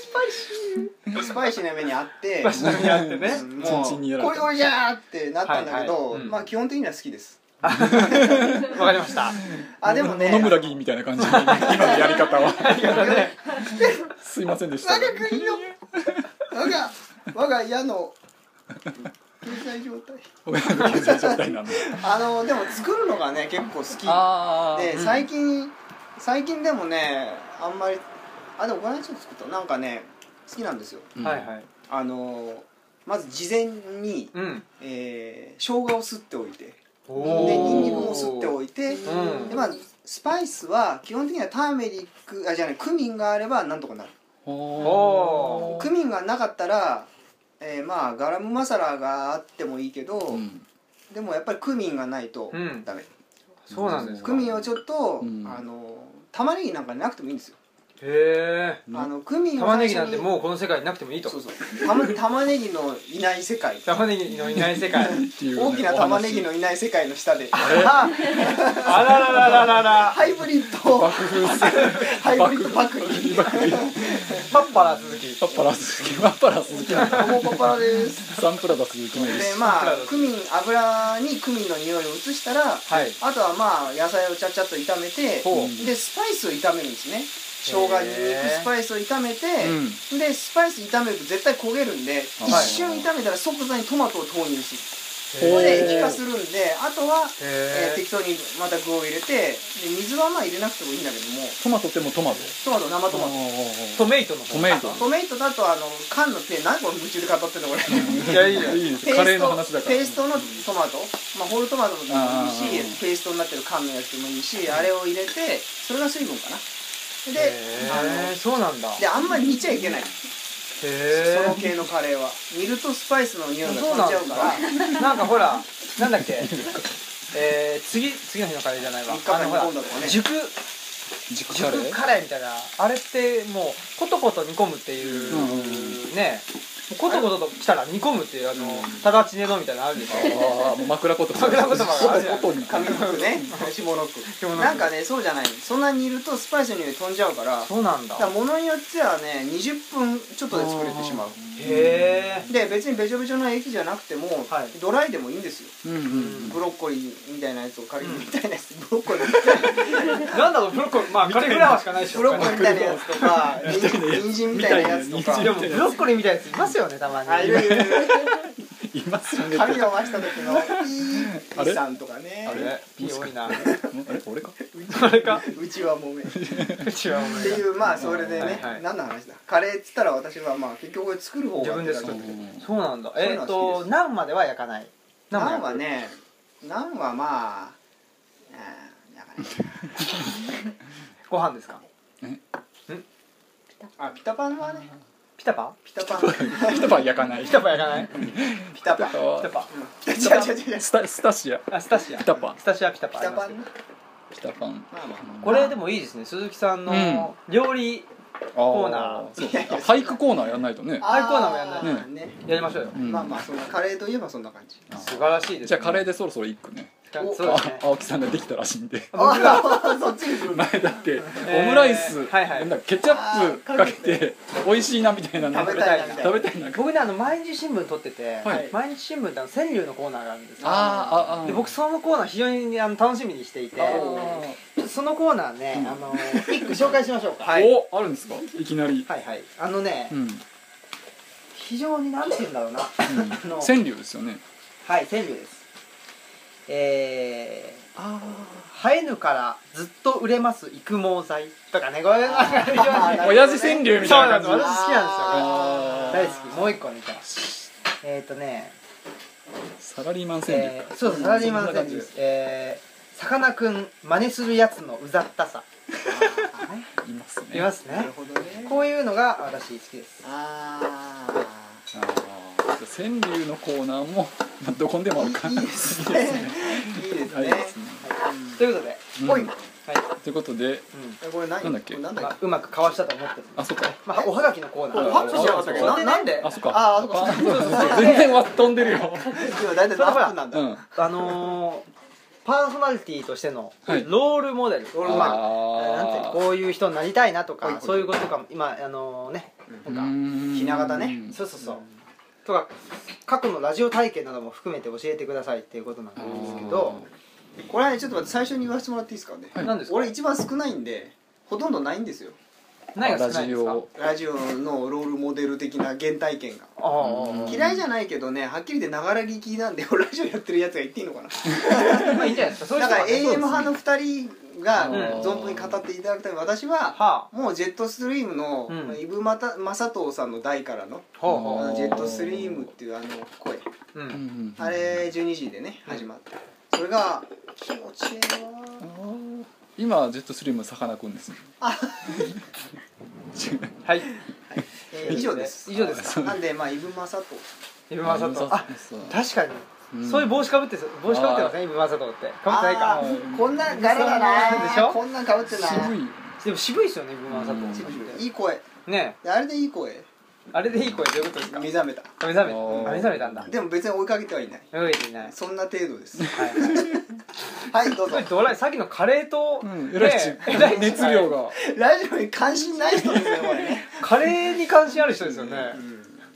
[SPEAKER 2] ースパイシーな目にあって
[SPEAKER 1] スパイシーな目に遭ってね
[SPEAKER 2] うん
[SPEAKER 3] チンチンにやら
[SPEAKER 2] もう
[SPEAKER 3] れ
[SPEAKER 2] こ
[SPEAKER 3] た
[SPEAKER 2] れこれじゃーってなったんだけど、
[SPEAKER 1] はいはいうん
[SPEAKER 2] まあ基本的には好きです
[SPEAKER 1] わかりました
[SPEAKER 2] あでもね
[SPEAKER 3] 野々村議員みたいな
[SPEAKER 1] [laughs]
[SPEAKER 3] 感じの今のやり方はすいませんでした
[SPEAKER 2] 我が国の我が [laughs] 我が家の経済状態
[SPEAKER 3] ごめんなさい経済状態なんで
[SPEAKER 2] あのでも作るのがね結構好き
[SPEAKER 3] あ
[SPEAKER 2] で
[SPEAKER 1] うん
[SPEAKER 2] 最近最近でもねあんまりあでもこの間ちょっと作ったなんかね好きなんですよ
[SPEAKER 1] はいはい
[SPEAKER 2] あのまず事前に、
[SPEAKER 1] うん
[SPEAKER 2] えー、生姜をすっておいて
[SPEAKER 3] おー
[SPEAKER 2] でニンニクもすっておいて
[SPEAKER 1] うん
[SPEAKER 2] でまあスパイスは基本的にはターメリックあじゃないクミンがあればなんとかなる
[SPEAKER 1] お
[SPEAKER 2] ク
[SPEAKER 3] ミ
[SPEAKER 2] ミンがなかったら、えーまあガラムマサラがあってもいいけど、でもやっぱりクミンがないと
[SPEAKER 1] うん
[SPEAKER 2] ダメ、
[SPEAKER 1] そうなんですか
[SPEAKER 2] クミンをちょっと、
[SPEAKER 3] うん
[SPEAKER 2] あの玉ねぎなんかなくてもいいんですよ、
[SPEAKER 1] へえ
[SPEAKER 2] あのクミンを
[SPEAKER 1] 玉ね
[SPEAKER 2] 最初に
[SPEAKER 1] ぎなんてもうこの世界になくてもいいと
[SPEAKER 2] そうそう玉玉ねぎのいない世界
[SPEAKER 1] 玉ねぎのいない世界
[SPEAKER 2] 大きな玉ねぎのいない世界の下で
[SPEAKER 1] あららららら
[SPEAKER 2] [laughs]
[SPEAKER 1] ら
[SPEAKER 2] ハイブリッド
[SPEAKER 1] [laughs]
[SPEAKER 3] 爆風
[SPEAKER 2] ハイブリッドパクリ
[SPEAKER 3] 爆風
[SPEAKER 1] パッパラ鈴木
[SPEAKER 3] パッパラ鈴木パッパラ鈴木なんだ
[SPEAKER 2] もうパパラです
[SPEAKER 3] サンプラダ鈴木もい
[SPEAKER 2] で
[SPEAKER 3] るし
[SPEAKER 2] まあクミン油にクミンの匂いを移したら
[SPEAKER 1] はい
[SPEAKER 2] あとはまあ野菜をちゃっちゃっと炒めて
[SPEAKER 1] ほ
[SPEAKER 3] う
[SPEAKER 2] でスパイスを炒めるんですね生姜にんにくスパイスを炒めて、
[SPEAKER 3] う
[SPEAKER 2] でスパイス炒めると絶対焦げるんで
[SPEAKER 3] あ
[SPEAKER 2] 一瞬炒めたら即座にトマトを投入し
[SPEAKER 1] へ
[SPEAKER 2] こ
[SPEAKER 1] ー
[SPEAKER 2] れで液化するんであとは、え
[SPEAKER 1] へ
[SPEAKER 2] ー適当にまた具を入れてで水はまあ入れなくてもいいんだけども
[SPEAKER 3] トマトってもうトマト
[SPEAKER 2] トマト生トマト
[SPEAKER 1] ー
[SPEAKER 3] ト
[SPEAKER 1] トメイトの方
[SPEAKER 3] トメイト
[SPEAKER 2] トメイトだとあの缶の手何これ夢中で語ってんのこれ
[SPEAKER 1] いやいいじゃん
[SPEAKER 3] いいです
[SPEAKER 2] ペースト
[SPEAKER 3] カレーの話だから
[SPEAKER 2] ペーストのトマト、まあ、ホールトマトでもいいし
[SPEAKER 3] あー
[SPEAKER 2] ペーストになってる缶のやつでもいいしあれを入れてそれが水分かなであ
[SPEAKER 1] へえ
[SPEAKER 2] の
[SPEAKER 1] そうなんだ
[SPEAKER 2] であんまり煮ちゃいけない
[SPEAKER 1] へ
[SPEAKER 2] その
[SPEAKER 1] え
[SPEAKER 2] 系のカレーは煮るとスパイスの匂いが飛ん
[SPEAKER 1] そうなん
[SPEAKER 2] じ
[SPEAKER 1] で
[SPEAKER 2] ゃう
[SPEAKER 1] す
[SPEAKER 2] か
[SPEAKER 1] からなんかほらなんだっけえー、次次の日のカレーじゃないわ
[SPEAKER 2] 三日間
[SPEAKER 1] あのほら
[SPEAKER 2] 煮込んだとかね
[SPEAKER 1] 熟
[SPEAKER 3] 軸カレ
[SPEAKER 1] 熟
[SPEAKER 3] ー
[SPEAKER 1] カレーみたいなあれってもうコトコト煮込むっていう、
[SPEAKER 3] うんうん
[SPEAKER 1] ねもうコトコトと来たら煮込むっていうあの、
[SPEAKER 3] うん
[SPEAKER 1] ただちねのみたいなのあるでしょ
[SPEAKER 3] ああもう枕言葉
[SPEAKER 1] 枕言葉があるじゃん
[SPEAKER 3] 音に
[SPEAKER 2] 上の句ね下の句
[SPEAKER 1] 下の句
[SPEAKER 2] なんかねそうじゃないそんなにいるとスパイスに飛んじゃうからだか
[SPEAKER 1] そうなんだ
[SPEAKER 2] ら物によってはね20分ちょっとで作れてしまう
[SPEAKER 1] へえ
[SPEAKER 2] で別にべちょべちょの液じゃなくても、
[SPEAKER 1] はい
[SPEAKER 2] ドライでもいいんですよ
[SPEAKER 3] うんうんうん
[SPEAKER 2] ブロッコリーみたいなやつをカリフみたいなやつ、ブロッコリーみたいな
[SPEAKER 1] なんだろうブロッコリーまあカリフラワーしかないでしょ
[SPEAKER 2] ブロッコ
[SPEAKER 1] 他
[SPEAKER 2] リ
[SPEAKER 1] に
[SPEAKER 2] ーみたいなやつとか人参みたいなやつとか
[SPEAKER 1] でもブロッコリーみたいなやついますよねたまに
[SPEAKER 2] あいるいるいる
[SPEAKER 3] いますよね
[SPEAKER 2] 髪を回した時の「いいさん」とかね
[SPEAKER 1] あれピー多いな
[SPEAKER 3] あれ俺か
[SPEAKER 1] あれか
[SPEAKER 2] うちは [laughs] もめって
[SPEAKER 1] 違うもんね
[SPEAKER 2] いうまあそれでね、
[SPEAKER 1] はいはい
[SPEAKER 2] 何の話だカレーっつったら私はまあ結局作る方が
[SPEAKER 1] 自分で作
[SPEAKER 2] っ
[SPEAKER 1] ってて
[SPEAKER 2] 感じで
[SPEAKER 1] そうなんだ
[SPEAKER 2] そうい
[SPEAKER 1] え
[SPEAKER 2] うの
[SPEAKER 1] っ
[SPEAKER 2] は好き
[SPEAKER 1] と
[SPEAKER 2] です
[SPEAKER 1] ナンまでは焼かないも
[SPEAKER 2] ナン
[SPEAKER 1] 焼
[SPEAKER 2] は
[SPEAKER 1] く
[SPEAKER 2] ねナンはまあうんだからね
[SPEAKER 1] ご飯ですか
[SPEAKER 2] あピタパンはね
[SPEAKER 1] ピタパ
[SPEAKER 2] [laughs] ピタパン
[SPEAKER 3] 一晩焼かない
[SPEAKER 1] ピタパ焼かないピ
[SPEAKER 2] ピタパン
[SPEAKER 1] タパ
[SPEAKER 2] [laughs] 違う違う違う違う
[SPEAKER 3] スタスタシア
[SPEAKER 1] あスタシア
[SPEAKER 3] ピタパ
[SPEAKER 1] スタシアピタパ
[SPEAKER 2] ピ
[SPEAKER 1] あり
[SPEAKER 2] タ
[SPEAKER 1] ま
[SPEAKER 2] パ
[SPEAKER 1] す
[SPEAKER 2] ンね
[SPEAKER 3] ピタパン
[SPEAKER 2] まあまあま
[SPEAKER 1] これでもいいですね鈴木さんの料理
[SPEAKER 3] コ
[SPEAKER 1] ーナー
[SPEAKER 3] そうあ俳句コーナーやんないとね
[SPEAKER 2] あ
[SPEAKER 1] ああいうコーナーもやんない
[SPEAKER 3] と
[SPEAKER 2] ね
[SPEAKER 1] やりましょうよ
[SPEAKER 3] うん
[SPEAKER 2] まあまあそんなカレーといえばそんな感じ
[SPEAKER 3] あ
[SPEAKER 1] 素晴らしいですね
[SPEAKER 3] じゃあカレーでそろそろ一句ね
[SPEAKER 2] お
[SPEAKER 1] そうですね
[SPEAKER 3] あ青木さんができたらしいんで
[SPEAKER 1] 僕が
[SPEAKER 2] あそっちに来る
[SPEAKER 3] 前だって
[SPEAKER 1] ー
[SPEAKER 3] オムライス
[SPEAKER 1] はいはい
[SPEAKER 3] なんだっけケチャップかけて美味しいなみたいななんか
[SPEAKER 2] 食べたいなみたい
[SPEAKER 3] 食
[SPEAKER 2] な
[SPEAKER 3] べたいな
[SPEAKER 1] 僕ねあの毎日新聞撮ってて、
[SPEAKER 3] はい
[SPEAKER 1] 毎日新聞ってあの川柳のコーナーがあるんですよ
[SPEAKER 3] あーああー
[SPEAKER 1] で僕そのコーナー非常にあの楽しみにしていて
[SPEAKER 3] あ
[SPEAKER 1] そのコーナーね、あの一句紹介しましょうか、
[SPEAKER 3] ー
[SPEAKER 1] はい
[SPEAKER 3] おあるんですかいきなり
[SPEAKER 1] はいはいあのね、
[SPEAKER 3] うん
[SPEAKER 1] 非常になんて言うんだろうな、あの
[SPEAKER 3] 川柳ですよね
[SPEAKER 1] はい川柳ですえー
[SPEAKER 3] あ
[SPEAKER 1] 生えぬからずっと売れます育毛剤とかねこういうのが非常に
[SPEAKER 2] あー
[SPEAKER 3] [laughs] 親父川柳み
[SPEAKER 1] そう
[SPEAKER 3] たい
[SPEAKER 1] な
[SPEAKER 3] なん
[SPEAKER 1] です
[SPEAKER 3] 感
[SPEAKER 1] 私
[SPEAKER 3] じ
[SPEAKER 1] 好きなん
[SPEAKER 3] あ
[SPEAKER 1] ですよこ
[SPEAKER 3] ー
[SPEAKER 1] れ大好きもう一個見たいえっ、ー、とね
[SPEAKER 3] サラリーマン川柳
[SPEAKER 1] えー、そうそうサラリーマン選手ですえー、さかなクン真似するやつのうざったさ
[SPEAKER 3] いますね
[SPEAKER 1] います
[SPEAKER 2] なる
[SPEAKER 1] ね
[SPEAKER 2] ほどね
[SPEAKER 1] こういうのが私好きです
[SPEAKER 2] あ
[SPEAKER 3] あーじゃあ川柳のコーナーもまあどこにでもあるか
[SPEAKER 2] い
[SPEAKER 1] [laughs]
[SPEAKER 2] いですねーいいです
[SPEAKER 3] あり
[SPEAKER 2] ね
[SPEAKER 3] ますね
[SPEAKER 1] ということで、
[SPEAKER 3] うん
[SPEAKER 2] ぽい
[SPEAKER 1] はい
[SPEAKER 3] ということで
[SPEAKER 1] うん
[SPEAKER 2] えこれ何
[SPEAKER 3] なんだっけ
[SPEAKER 2] これなん
[SPEAKER 1] ま
[SPEAKER 2] だっ
[SPEAKER 1] あ、うまくかわしたと思ってる、
[SPEAKER 3] あそっか
[SPEAKER 1] まあ、おはがきのコーナー
[SPEAKER 2] おはがきじゃなかったっけ
[SPEAKER 1] そうそう
[SPEAKER 2] ななんで
[SPEAKER 3] あそっか
[SPEAKER 2] あーそっか
[SPEAKER 3] あそうそうそう全然割っ飛んでるよ
[SPEAKER 2] け今大体何分なんだ
[SPEAKER 3] うん
[SPEAKER 1] あのー、パーソナリティとしての
[SPEAKER 3] はい
[SPEAKER 1] ロールモデル、
[SPEAKER 2] ロールモデル
[SPEAKER 1] まあなんていうの
[SPEAKER 3] あー
[SPEAKER 1] こういう人になりたいなとか
[SPEAKER 2] はいはい
[SPEAKER 1] そういうこととかも今あのね
[SPEAKER 3] う
[SPEAKER 1] なんか
[SPEAKER 3] ーん
[SPEAKER 2] ひな形ね
[SPEAKER 1] そうそうそうとか過去のラジオ体験なども含めて教えてくださいっていうことなんですけど
[SPEAKER 2] これはねちょっと待って最初に言わせてもらっていいですかね
[SPEAKER 1] 何ですか
[SPEAKER 2] 俺一番少ないんでほとんどないんですよ
[SPEAKER 1] 何が少ないんです
[SPEAKER 3] ラ
[SPEAKER 1] か
[SPEAKER 3] ジオ
[SPEAKER 2] ラジオのロールモデル的な原体験が
[SPEAKER 1] ああ
[SPEAKER 2] 嫌いじゃないけどねはっきり言ってながら聞きなんで [laughs] 俺ラジオやってるやつが言っていいのかな
[SPEAKER 1] まあいいんじゃないですかそういう人
[SPEAKER 2] だ
[SPEAKER 1] は
[SPEAKER 2] から
[SPEAKER 1] ね
[SPEAKER 2] AM 派の2人が
[SPEAKER 1] うん
[SPEAKER 2] 存分に語っていただくために私は
[SPEAKER 1] はあ
[SPEAKER 2] もうジェットストリームの
[SPEAKER 1] うん
[SPEAKER 2] イブ・マタ正人さんの代からの
[SPEAKER 1] ほう
[SPEAKER 2] あ
[SPEAKER 1] ほ
[SPEAKER 2] の
[SPEAKER 3] あー
[SPEAKER 2] ジェットストリームっていうあの声
[SPEAKER 1] うう
[SPEAKER 3] うんん
[SPEAKER 2] あれ12時でね
[SPEAKER 1] うん
[SPEAKER 2] 始まってそれが気持ちいい
[SPEAKER 3] あ
[SPEAKER 2] わ
[SPEAKER 3] ー今ジェットストリームさかなクンですね [laughs] 違う
[SPEAKER 1] はい
[SPEAKER 2] えー以上です
[SPEAKER 1] 以上ですか
[SPEAKER 2] なんでまあイブ・マサト
[SPEAKER 1] イブマサトあ
[SPEAKER 3] そう
[SPEAKER 1] 確かに、
[SPEAKER 3] ん
[SPEAKER 1] そういう帽子かぶってす帽子かぶってますねイブマサトってかぶってない
[SPEAKER 2] あ
[SPEAKER 1] か
[SPEAKER 2] ーこんなんガラだな
[SPEAKER 1] でしょ
[SPEAKER 2] こんなんかぶってない
[SPEAKER 3] 渋いよ
[SPEAKER 1] でも渋いですよねイブマサト
[SPEAKER 3] うん
[SPEAKER 2] 渋い渋いいい声
[SPEAKER 1] ね
[SPEAKER 2] であれでいい声
[SPEAKER 1] あれでいい声どういうことですか
[SPEAKER 2] 目覚めた
[SPEAKER 1] 目覚め
[SPEAKER 3] あー
[SPEAKER 1] あ目覚めたんだ
[SPEAKER 2] でも別に追いかけてはいない
[SPEAKER 1] 動いていない
[SPEAKER 2] そんな程度です
[SPEAKER 1] はい
[SPEAKER 2] はいどうぞ
[SPEAKER 1] ドライさっきのカレーと、
[SPEAKER 3] うんえらいち
[SPEAKER 1] ねえらい
[SPEAKER 3] 熱量が
[SPEAKER 2] [laughs] ラジオに関心ない人ですね
[SPEAKER 1] [laughs]
[SPEAKER 2] これね
[SPEAKER 1] カレーに関心ある人ですよね、
[SPEAKER 2] うん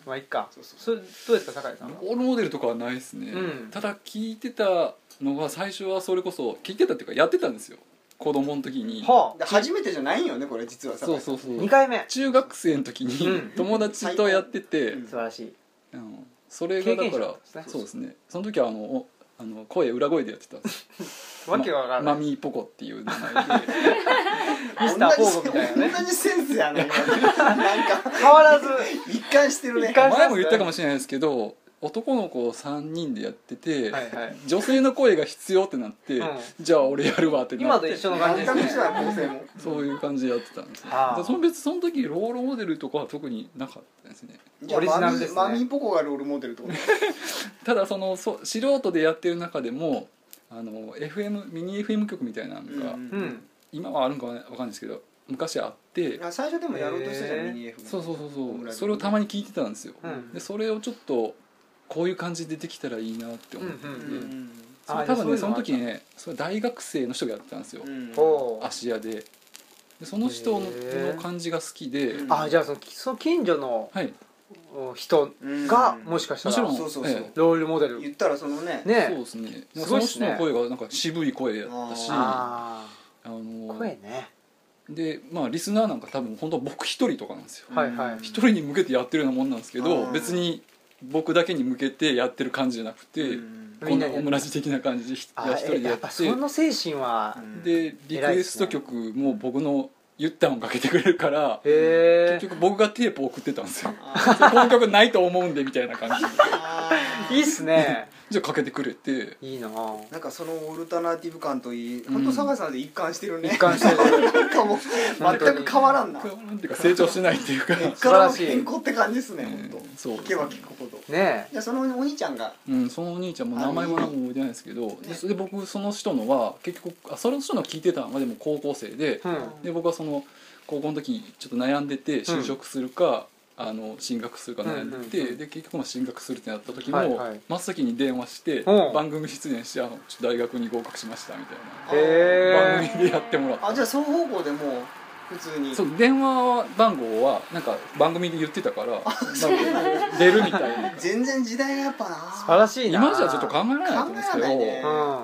[SPEAKER 1] まあいっか
[SPEAKER 2] そうそ
[SPEAKER 1] それ
[SPEAKER 2] う
[SPEAKER 1] どうですか酒井さんは
[SPEAKER 3] オールモデルとかはないですね、
[SPEAKER 1] うん
[SPEAKER 3] ただ聞いてたのが最初はそれこそ聞いてたっていうかやってたんですよ子供の時に、
[SPEAKER 1] は
[SPEAKER 2] で初めてじゃないんよねこれ実はさ
[SPEAKER 3] そうそうそう
[SPEAKER 1] 2回目
[SPEAKER 3] 中学生の時に
[SPEAKER 1] うん
[SPEAKER 3] 友達とやってて、
[SPEAKER 2] うん
[SPEAKER 1] 素晴らしい
[SPEAKER 3] あのそれがだ
[SPEAKER 1] 経験
[SPEAKER 3] か
[SPEAKER 1] 者な
[SPEAKER 3] ら
[SPEAKER 1] んですね
[SPEAKER 3] そうですねその時はあのおあの声裏声でやってたんです
[SPEAKER 1] [laughs] わけわからな
[SPEAKER 3] マ
[SPEAKER 1] い、
[SPEAKER 3] ミーポコっていう名前で
[SPEAKER 1] ミスターフォーゴみたいなね
[SPEAKER 2] 同じセンスやな今なんか
[SPEAKER 1] 変わらず
[SPEAKER 2] 一貫してるね
[SPEAKER 1] 一貫
[SPEAKER 3] 前も言ったかもしれないですけど男の子3人でやってて、
[SPEAKER 1] はいはい
[SPEAKER 3] 女性の声が必要ってなって、
[SPEAKER 1] うん
[SPEAKER 3] じゃあ俺やるわってな
[SPEAKER 1] 今
[SPEAKER 3] っ
[SPEAKER 1] と
[SPEAKER 3] て
[SPEAKER 1] 一緒の感じ
[SPEAKER 2] 全
[SPEAKER 1] です
[SPEAKER 2] く一緒
[SPEAKER 1] ね
[SPEAKER 2] だ構成も
[SPEAKER 3] そういう感じでやってたんですよ
[SPEAKER 1] あー
[SPEAKER 3] でその別にその時ロールモデルとかは特になかったですね
[SPEAKER 2] じゃあ
[SPEAKER 1] オリジナルですね
[SPEAKER 2] マミマミーポコがロールモデルってこと
[SPEAKER 3] ただそのそ素人でやってる中でもあの FM ミニ FM 曲みたいなのが
[SPEAKER 2] うん
[SPEAKER 1] うん
[SPEAKER 3] 今はあるんかわかんないですけど昔あって
[SPEAKER 2] あ最初でもやろうとしてたじゃ
[SPEAKER 1] へ
[SPEAKER 2] ん
[SPEAKER 1] ー
[SPEAKER 2] ミニ F も
[SPEAKER 3] そうそうそう
[SPEAKER 2] オム
[SPEAKER 3] そ
[SPEAKER 2] ラ
[SPEAKER 3] う
[SPEAKER 2] イス
[SPEAKER 3] それをたまに聞いてたんですよ、
[SPEAKER 1] うん
[SPEAKER 3] でそれをちょっとこういう感じでできたらいいなって思ってて、
[SPEAKER 1] うん
[SPEAKER 2] うんうん
[SPEAKER 3] それ
[SPEAKER 1] あ
[SPEAKER 3] 多分ね
[SPEAKER 1] そ
[SPEAKER 3] そう
[SPEAKER 1] いうのも
[SPEAKER 3] の
[SPEAKER 1] あった
[SPEAKER 3] 時ねそれ大学生の人がやってたんですよ、
[SPEAKER 2] うん
[SPEAKER 1] おー
[SPEAKER 3] 芦屋ででその人の
[SPEAKER 1] へー
[SPEAKER 3] の感じが好きで、
[SPEAKER 2] うん
[SPEAKER 1] あじゃあそのその近所の
[SPEAKER 3] はい
[SPEAKER 1] お人
[SPEAKER 2] うん
[SPEAKER 1] がもしかした
[SPEAKER 3] もち
[SPEAKER 1] ら
[SPEAKER 3] ろん
[SPEAKER 2] そうそうそう
[SPEAKER 3] え
[SPEAKER 1] ロールモデル
[SPEAKER 2] 言ったらそのね
[SPEAKER 3] え
[SPEAKER 1] ね
[SPEAKER 3] そうですね
[SPEAKER 1] す
[SPEAKER 3] そ
[SPEAKER 1] ごいっ
[SPEAKER 3] の
[SPEAKER 1] す
[SPEAKER 3] 人
[SPEAKER 1] ね
[SPEAKER 3] の声がなんか渋い声やったしあ
[SPEAKER 1] ああ
[SPEAKER 3] の
[SPEAKER 1] 声ね
[SPEAKER 3] でまあリスナーなんか多分本当僕一人とかなんですよ
[SPEAKER 2] うん
[SPEAKER 1] はいはい
[SPEAKER 3] 一人に向けてやってるようなもんなんですけ
[SPEAKER 2] あ
[SPEAKER 3] ど
[SPEAKER 2] ー
[SPEAKER 3] 別に僕だけに向けてやってる感じじゃなくて、
[SPEAKER 2] うん
[SPEAKER 1] み
[SPEAKER 3] こ
[SPEAKER 1] ん
[SPEAKER 3] ん
[SPEAKER 1] な
[SPEAKER 3] な
[SPEAKER 1] に
[SPEAKER 3] オムラジ的な感じでひ
[SPEAKER 1] あ
[SPEAKER 3] 一人
[SPEAKER 1] え
[SPEAKER 3] でや
[SPEAKER 1] やっ
[SPEAKER 3] っ
[SPEAKER 1] ぱ
[SPEAKER 3] て
[SPEAKER 1] その精神は
[SPEAKER 2] うん
[SPEAKER 3] でリクエスト曲も僕の言った音かけてくれるから
[SPEAKER 1] へ
[SPEAKER 3] 結
[SPEAKER 1] え
[SPEAKER 3] 局僕がテープ送ってたんですよ
[SPEAKER 2] あ
[SPEAKER 3] この曲ないと思うんでみたいな感じで
[SPEAKER 2] ー
[SPEAKER 1] [laughs] いいっす
[SPEAKER 3] [laughs]
[SPEAKER 1] ね
[SPEAKER 3] じゃあかけてくれて
[SPEAKER 1] いいな
[SPEAKER 2] なんかそのオルタナティブ感といい
[SPEAKER 3] うん
[SPEAKER 2] 本当佐賀さんで一貫してるね
[SPEAKER 1] 一貫してる
[SPEAKER 2] なんかもう全く変わらんな
[SPEAKER 3] これ
[SPEAKER 2] 根
[SPEAKER 3] はなんていうか成長してないっていうか
[SPEAKER 2] っからの
[SPEAKER 1] 素晴らしい
[SPEAKER 2] 変更って感じですね
[SPEAKER 3] うん
[SPEAKER 2] 本
[SPEAKER 3] そう
[SPEAKER 2] 当聞けば聞くほど
[SPEAKER 1] ねえ
[SPEAKER 2] じゃあそのお兄ちゃんが
[SPEAKER 3] うん、そのお兄ちゃんも名前も何も覚えてないですけどでそれで僕その人のは結局あその人の聞いてたのはでも高校生で
[SPEAKER 1] うん
[SPEAKER 3] で僕はその高校の時ちょっと悩んでて就職するか、あの進学するか悩んでて、
[SPEAKER 1] うんうんうん
[SPEAKER 3] で結局まあ進学するってなった時も、
[SPEAKER 1] はいはい
[SPEAKER 3] 真っ先に電話して
[SPEAKER 1] うん
[SPEAKER 3] 番組出演してあのちょっと大学に合格しましたみたい
[SPEAKER 2] あ
[SPEAKER 3] な
[SPEAKER 1] へー
[SPEAKER 3] 番組でやってもらった
[SPEAKER 2] あじゃあ双方向でもう普通に
[SPEAKER 3] そう電話番号はなんか番組で言ってたからなんか出るみたいな
[SPEAKER 2] 全然時代がやっぱな
[SPEAKER 1] 素晴らしいな
[SPEAKER 3] 今じゃちょっと考えられないと思うんです
[SPEAKER 2] 考
[SPEAKER 3] け
[SPEAKER 2] えられ
[SPEAKER 3] ど、
[SPEAKER 2] ないね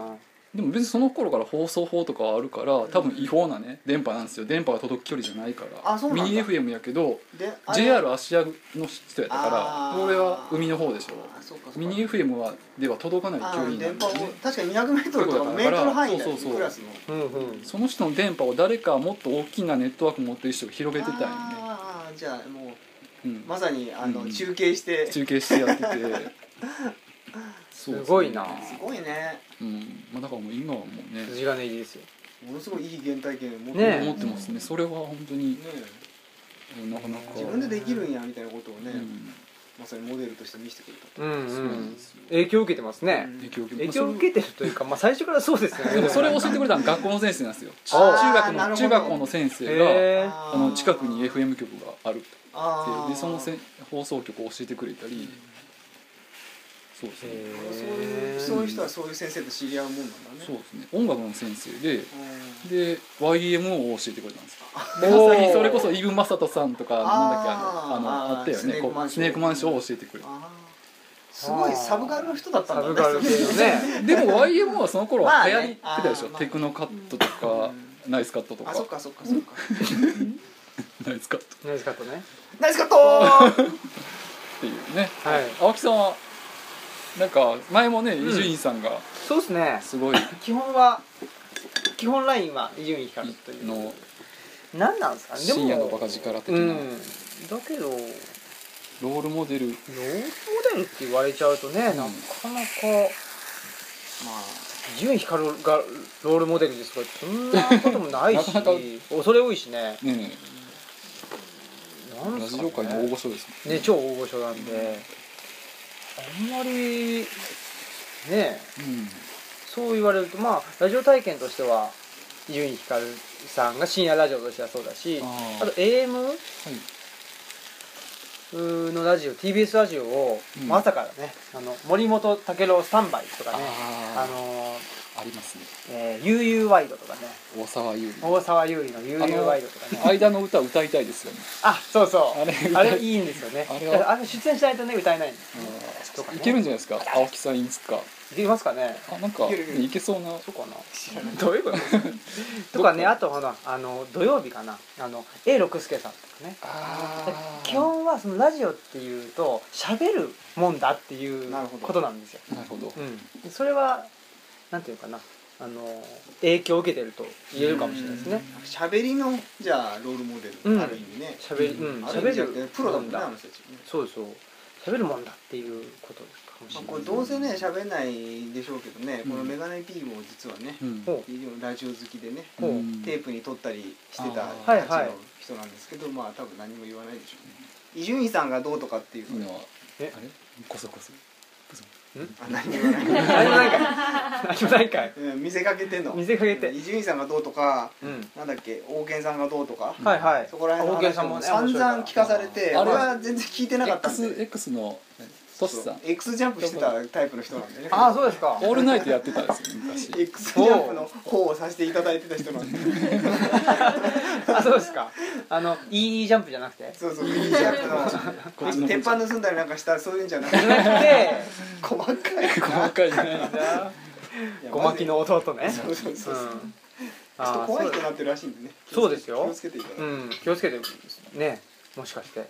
[SPEAKER 1] うん
[SPEAKER 3] でも別にその頃から放送法とかはあるから多分違法なね電波なんですよ電波が届く距離じゃないから
[SPEAKER 2] あそうなん
[SPEAKER 3] ミ
[SPEAKER 2] だ
[SPEAKER 3] ニ FM やけど
[SPEAKER 2] であれ
[SPEAKER 3] JR 芦屋の人やった
[SPEAKER 2] あ
[SPEAKER 3] か
[SPEAKER 2] ー
[SPEAKER 3] ら俺は海の方でしょ
[SPEAKER 2] あそうかそうか
[SPEAKER 3] ミニ FM はでは届かない距
[SPEAKER 2] あ
[SPEAKER 3] 離
[SPEAKER 2] ー
[SPEAKER 3] にな
[SPEAKER 2] 電
[SPEAKER 3] るんで
[SPEAKER 2] 波
[SPEAKER 3] すね
[SPEAKER 2] を確かに 200m とかメートル範囲だよね
[SPEAKER 3] そうそうそう
[SPEAKER 2] クラスの
[SPEAKER 1] うんうん
[SPEAKER 3] その人の電波を誰かもっと大きなネットワーク持ってる人が広げてたんよね、
[SPEAKER 2] あーじゃあもう
[SPEAKER 3] うん
[SPEAKER 2] まさにあの
[SPEAKER 3] うん
[SPEAKER 2] 中継してす
[SPEAKER 3] 中継して
[SPEAKER 2] [laughs]
[SPEAKER 3] やっててそう
[SPEAKER 1] すごいな
[SPEAKER 2] ごいね
[SPEAKER 3] うんまあ、だからもう今はもうね
[SPEAKER 1] 筋金入りですよ
[SPEAKER 2] ものすごいいい原体験を持って
[SPEAKER 1] ねえ
[SPEAKER 3] 思ってますねそれは本当に
[SPEAKER 2] ね
[SPEAKER 3] なかなか
[SPEAKER 2] 自分でできるんやみたいなことをね、
[SPEAKER 3] うん
[SPEAKER 2] まさにモデルとして見せてくれた
[SPEAKER 1] うんう
[SPEAKER 3] そうなん
[SPEAKER 1] ん
[SPEAKER 3] ですよ
[SPEAKER 1] 影響受けてますね
[SPEAKER 2] うん
[SPEAKER 3] 影響を受け
[SPEAKER 1] 影響受けてるというかまあ最初からそうですよね
[SPEAKER 3] でもそれを教えてくれたの学校の先生なんですよ中
[SPEAKER 1] あー
[SPEAKER 3] 学
[SPEAKER 2] なる
[SPEAKER 3] の
[SPEAKER 2] ほど
[SPEAKER 3] 中学校の先生が
[SPEAKER 1] へえ
[SPEAKER 3] あの近くに FM 局があるって
[SPEAKER 2] あー
[SPEAKER 3] でそのせん放送局を教えてくれたりそうですね
[SPEAKER 1] へ
[SPEAKER 2] そういうそういう人はそういう先生と知り合うもんなんだ
[SPEAKER 3] そう
[SPEAKER 2] ね
[SPEAKER 3] ですね音楽の先生で
[SPEAKER 2] うん
[SPEAKER 3] で YMO を教えてくれたんですよで
[SPEAKER 1] おー
[SPEAKER 3] まさにそれこそイブ・マサトさんとかなんだっけあのあ
[SPEAKER 2] あー
[SPEAKER 3] のあったよ
[SPEAKER 2] スネ
[SPEAKER 3] ね
[SPEAKER 2] ーク
[SPEAKER 3] こ
[SPEAKER 2] マン
[SPEAKER 3] う
[SPEAKER 2] ション
[SPEAKER 3] スネークマンションを教えてくれた
[SPEAKER 2] あーすごいサブカルの人だった
[SPEAKER 1] サブ
[SPEAKER 2] ん
[SPEAKER 1] カ
[SPEAKER 2] だ
[SPEAKER 1] ル
[SPEAKER 2] ね
[SPEAKER 1] 系のね
[SPEAKER 3] でも YMO はその頃は流
[SPEAKER 2] ま
[SPEAKER 3] 行
[SPEAKER 2] あね
[SPEAKER 3] ってたでし
[SPEAKER 2] あ
[SPEAKER 3] ょ
[SPEAKER 2] ーまあ
[SPEAKER 3] テクノカットとかナイスカットとか
[SPEAKER 2] あそっかそっかそっか
[SPEAKER 3] ナイスカットっ
[SPEAKER 1] ナイスカットね
[SPEAKER 2] ナイスカット
[SPEAKER 3] ていうね
[SPEAKER 1] はい
[SPEAKER 3] 青木さんはなんか前もね
[SPEAKER 1] ん
[SPEAKER 3] 伊集院さんが
[SPEAKER 1] そうですね
[SPEAKER 3] すごい
[SPEAKER 1] 基本は基本ラインは伊集院光という
[SPEAKER 3] の
[SPEAKER 1] 何なんですかねでも
[SPEAKER 3] 深夜のバカ力的
[SPEAKER 1] う
[SPEAKER 3] なん
[SPEAKER 1] だけどロールモ
[SPEAKER 3] ロールモデル
[SPEAKER 1] デルって言われちゃうとね、なかなか
[SPEAKER 2] ま
[SPEAKER 1] 伊集院光がロールモデルですとかそんなこともないし
[SPEAKER 3] なかなか
[SPEAKER 1] 恐れ多いしね
[SPEAKER 3] ね
[SPEAKER 1] なん
[SPEAKER 3] ラ
[SPEAKER 1] す
[SPEAKER 3] ジ
[SPEAKER 1] か
[SPEAKER 3] オ界の大
[SPEAKER 1] ね
[SPEAKER 3] 御所です
[SPEAKER 1] ね超大御所なんで、あんまりねえそう言われるとまあラジオ体験としては伊集院光さんが深夜ラジオとしてはそうだし
[SPEAKER 3] あ
[SPEAKER 1] あ
[SPEAKER 3] ー
[SPEAKER 1] と AM のラジオ TBS ラジオを、
[SPEAKER 3] うん
[SPEAKER 1] まあ朝からねあの森本武郎スタンバイとかねあ
[SPEAKER 3] あー
[SPEAKER 1] の
[SPEAKER 3] ありますね
[SPEAKER 1] えー、悠々ワイドとかね
[SPEAKER 3] 大沢優
[SPEAKER 1] 大沢優里の
[SPEAKER 3] あ
[SPEAKER 1] 悠々
[SPEAKER 3] の
[SPEAKER 1] ワイドとかね
[SPEAKER 3] 間の歌歌いたいですよね
[SPEAKER 1] あそうそう
[SPEAKER 3] あれ歌い
[SPEAKER 1] いいんですよね
[SPEAKER 3] あれ
[SPEAKER 1] だ
[SPEAKER 3] は
[SPEAKER 1] からあれ出演しないとね歌えないんで
[SPEAKER 3] うん
[SPEAKER 1] とかね
[SPEAKER 3] いけるんじゃないですか青木さんいつか
[SPEAKER 1] できますかね
[SPEAKER 3] あなんか
[SPEAKER 2] いけるいける
[SPEAKER 3] いけそうな
[SPEAKER 1] そうかな
[SPEAKER 2] 知らない
[SPEAKER 1] どういうこととかねあとほらあの土曜日かなあの A 六輔さんとかね
[SPEAKER 3] あ
[SPEAKER 1] 基本はそのラジオっていうと喋るもんだっていう
[SPEAKER 2] なるほど
[SPEAKER 1] ことなんですよ、
[SPEAKER 3] なるほど
[SPEAKER 1] うん、でそれはなんていうかなあの影響を受けてると言えるかもしれないですね
[SPEAKER 2] 喋りのじゃあロールモデル、
[SPEAKER 1] うん
[SPEAKER 2] ある意味ね
[SPEAKER 1] 喋りうん
[SPEAKER 2] ある意味じゃ
[SPEAKER 1] 喋
[SPEAKER 2] なくて
[SPEAKER 1] る
[SPEAKER 2] プロだもんね
[SPEAKER 1] も
[SPEAKER 2] あ
[SPEAKER 1] ん
[SPEAKER 2] の人たちね
[SPEAKER 1] そうそう喋るもんだっていうことかもし
[SPEAKER 2] ま
[SPEAKER 1] れな
[SPEAKER 2] あ、
[SPEAKER 1] い
[SPEAKER 2] これどうせね喋んないでしょうけどね、
[SPEAKER 3] うん
[SPEAKER 2] このメガネ P も実はね、
[SPEAKER 3] うん
[SPEAKER 1] ほ
[SPEAKER 2] ラジオ好きでね、
[SPEAKER 1] ほう
[SPEAKER 2] テープに撮ったりしてた
[SPEAKER 3] あー
[SPEAKER 1] はい
[SPEAKER 2] たち
[SPEAKER 1] はい
[SPEAKER 2] の人なんですけど、まあ多分何も言わないでしょうね伊集院さんがどうとかっていうのは
[SPEAKER 3] 今はあれ
[SPEAKER 1] え
[SPEAKER 3] こそこそこそ
[SPEAKER 2] あ何もない
[SPEAKER 1] 何もないかい何もないかい
[SPEAKER 2] うん見せかけてんの
[SPEAKER 1] 見せかけて
[SPEAKER 2] 伊集院さんがどうとか
[SPEAKER 1] うん
[SPEAKER 2] なんだっけ王健さんがどうとか、
[SPEAKER 1] はいはい
[SPEAKER 2] そこら辺の
[SPEAKER 1] 大
[SPEAKER 2] 話
[SPEAKER 1] さんも
[SPEAKER 2] も
[SPEAKER 1] ね
[SPEAKER 2] 散々聞かされて
[SPEAKER 3] あ
[SPEAKER 2] 俺
[SPEAKER 3] れ
[SPEAKER 2] は全然聞いてなかったん
[SPEAKER 3] X,
[SPEAKER 2] で
[SPEAKER 3] X のトシさん
[SPEAKER 2] X ジャンプしてたタイプの人なんでね
[SPEAKER 1] ああそうですか
[SPEAKER 3] オールナイトやってたんですよ昔
[SPEAKER 2] X ジャンプの方をさせていただいてた人なんで
[SPEAKER 1] あ [laughs] そうですかあのいいジャンプじゃなくて
[SPEAKER 2] そうそう X ジャンプの
[SPEAKER 3] こっち
[SPEAKER 2] あの
[SPEAKER 3] の
[SPEAKER 2] 鉄板盗んだりなんかしたらそういうんじゃなく
[SPEAKER 1] じ
[SPEAKER 2] て
[SPEAKER 1] ゃなくて
[SPEAKER 2] 細かい
[SPEAKER 3] 細かいじゃない
[SPEAKER 1] [laughs] ごまきの弟ね
[SPEAKER 2] そうそうそうそ
[SPEAKER 1] ん
[SPEAKER 2] う、ちょっと
[SPEAKER 1] あー
[SPEAKER 2] 怖い人
[SPEAKER 1] そう
[SPEAKER 2] になってるらしいんでね
[SPEAKER 1] そうですよ
[SPEAKER 2] 気をつけていただいて、
[SPEAKER 1] うん気をつけてねもしかして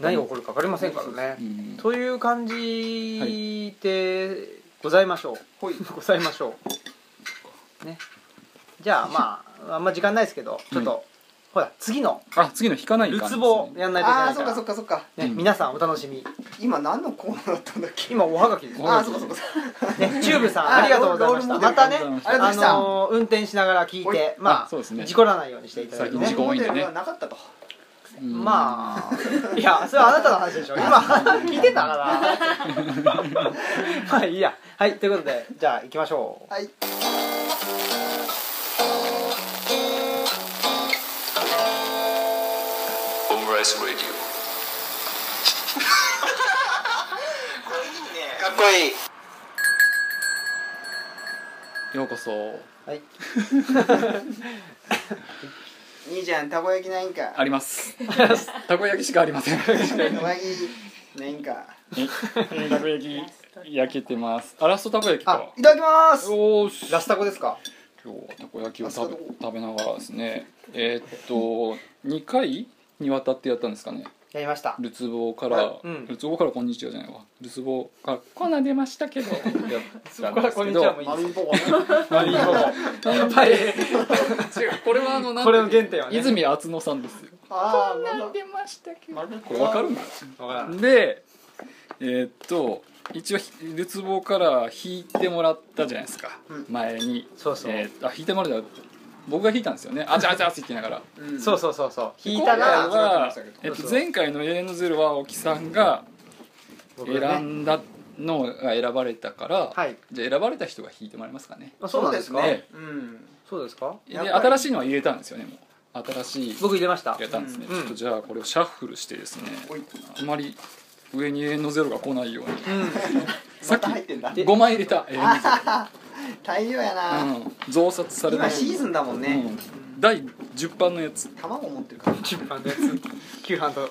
[SPEAKER 1] 何が起こるか分かりませんからね、
[SPEAKER 3] うん
[SPEAKER 1] という感じでございましょう、 [laughs]
[SPEAKER 2] ほい
[SPEAKER 1] ございましょうねじゃあまああんま時間ないですけどちょっと、ほら次の
[SPEAKER 3] あ次の引かない
[SPEAKER 1] る
[SPEAKER 3] 感じ
[SPEAKER 1] つ
[SPEAKER 3] です
[SPEAKER 1] ぼ
[SPEAKER 3] ね
[SPEAKER 1] やんないといけ
[SPEAKER 2] あ
[SPEAKER 1] な
[SPEAKER 2] あ
[SPEAKER 1] い
[SPEAKER 2] そ
[SPEAKER 1] か
[SPEAKER 2] っ
[SPEAKER 1] ら
[SPEAKER 2] かそっかそっか
[SPEAKER 1] ね、皆さんお楽しみ
[SPEAKER 2] 今何のコーナーだったんだっけ
[SPEAKER 1] 今おはがきです、ね、
[SPEAKER 2] ああそっかそっかそっか
[SPEAKER 1] チューブさんありがとうございました
[SPEAKER 2] ロールモデ
[SPEAKER 1] ま
[SPEAKER 2] ル
[SPEAKER 1] たね
[SPEAKER 3] ありがとうご
[SPEAKER 2] ざいました
[SPEAKER 1] のー運転しながら聞い
[SPEAKER 2] ほい
[SPEAKER 1] てまあ
[SPEAKER 3] あそうですね
[SPEAKER 1] 事故らないようにしていただいて
[SPEAKER 3] 最
[SPEAKER 1] ね
[SPEAKER 3] 近事故多いんでね
[SPEAKER 2] ロールモデルはなかったと
[SPEAKER 3] うん
[SPEAKER 1] まあいやそれはあなたの話でしょ今聞いてたからはいいいやはいということでじゃあ行きましょう
[SPEAKER 2] はい
[SPEAKER 4] オムライスラディ
[SPEAKER 3] [laughs]
[SPEAKER 2] かっこいい
[SPEAKER 3] ようこそ
[SPEAKER 1] はい
[SPEAKER 2] 兄ちゃんたこ焼きないんか
[SPEAKER 3] ありますたこ焼きしかありません
[SPEAKER 2] たこ焼きないんか
[SPEAKER 3] たこ焼き焼けてますあラストたこ焼き
[SPEAKER 1] あ
[SPEAKER 3] か
[SPEAKER 2] いただきます
[SPEAKER 3] よーし
[SPEAKER 1] ラスタコですか
[SPEAKER 3] 今日はたこ焼きを食べ食べながらですねえーっと2回にわたってやったんですかね
[SPEAKER 1] やりました
[SPEAKER 3] るつぼから、
[SPEAKER 1] うん
[SPEAKER 3] るつぼからこんにちはじゃないわるつぼから「こな出ましたけど」やったん
[SPEAKER 1] これ
[SPEAKER 3] で
[SPEAKER 1] は
[SPEAKER 3] す
[SPEAKER 1] こん
[SPEAKER 3] け
[SPEAKER 1] にち
[SPEAKER 3] ど
[SPEAKER 1] はもいい
[SPEAKER 2] マ
[SPEAKER 1] です
[SPEAKER 2] ミンポコ
[SPEAKER 1] マミーゴゴやっ
[SPEAKER 3] [laughs]
[SPEAKER 1] ぱり
[SPEAKER 3] 違うこれはあのなんて
[SPEAKER 1] これの原点はね
[SPEAKER 3] 泉敦乃さんですよ
[SPEAKER 2] ああなんだ
[SPEAKER 3] 出ましたけ
[SPEAKER 2] マミンポ
[SPEAKER 3] これわかるんだ
[SPEAKER 1] わからん
[SPEAKER 3] でえーっと一応るつぼから引いてもらったじゃないですか、
[SPEAKER 2] うん
[SPEAKER 3] 前に
[SPEAKER 1] そうそう
[SPEAKER 3] えーあ引いてもらった僕が引いたんですよねあちゃあちゃあちゃって言いながら
[SPEAKER 2] うん
[SPEAKER 1] そうそうそうそう引い
[SPEAKER 3] 今
[SPEAKER 1] た
[SPEAKER 3] 回
[SPEAKER 1] な
[SPEAKER 3] は
[SPEAKER 2] そうそう、
[SPEAKER 3] えっと、前回の「永遠のゼロ」は青木さんが
[SPEAKER 1] 僕が
[SPEAKER 3] 選
[SPEAKER 1] ね
[SPEAKER 3] んだのが選ばれたから、
[SPEAKER 1] はい
[SPEAKER 3] じゃあ選ばれた人が引いてもらえますかね
[SPEAKER 1] あそうなんですか
[SPEAKER 3] そうですね
[SPEAKER 2] うん
[SPEAKER 1] そうですか
[SPEAKER 3] で
[SPEAKER 2] やっぱり
[SPEAKER 3] 新しいのは入れたんですよねもう新しい
[SPEAKER 1] 僕入れました
[SPEAKER 3] 入れたんですね、
[SPEAKER 1] うん
[SPEAKER 3] ちょっとじゃあこれをシャッフルしてですね
[SPEAKER 2] おい
[SPEAKER 3] あまり上に永遠のゼロが来ないように
[SPEAKER 2] ま
[SPEAKER 3] さっき
[SPEAKER 2] た入ってんだ
[SPEAKER 3] 5枚入れた永遠のゼ
[SPEAKER 2] 大量やな、
[SPEAKER 3] ロ、うん、増刷された
[SPEAKER 2] 今シーズンだもんね、
[SPEAKER 3] うん第10版のやつ、
[SPEAKER 2] 卵持ってるから
[SPEAKER 1] 10番のやつ9番 [laughs] と
[SPEAKER 3] は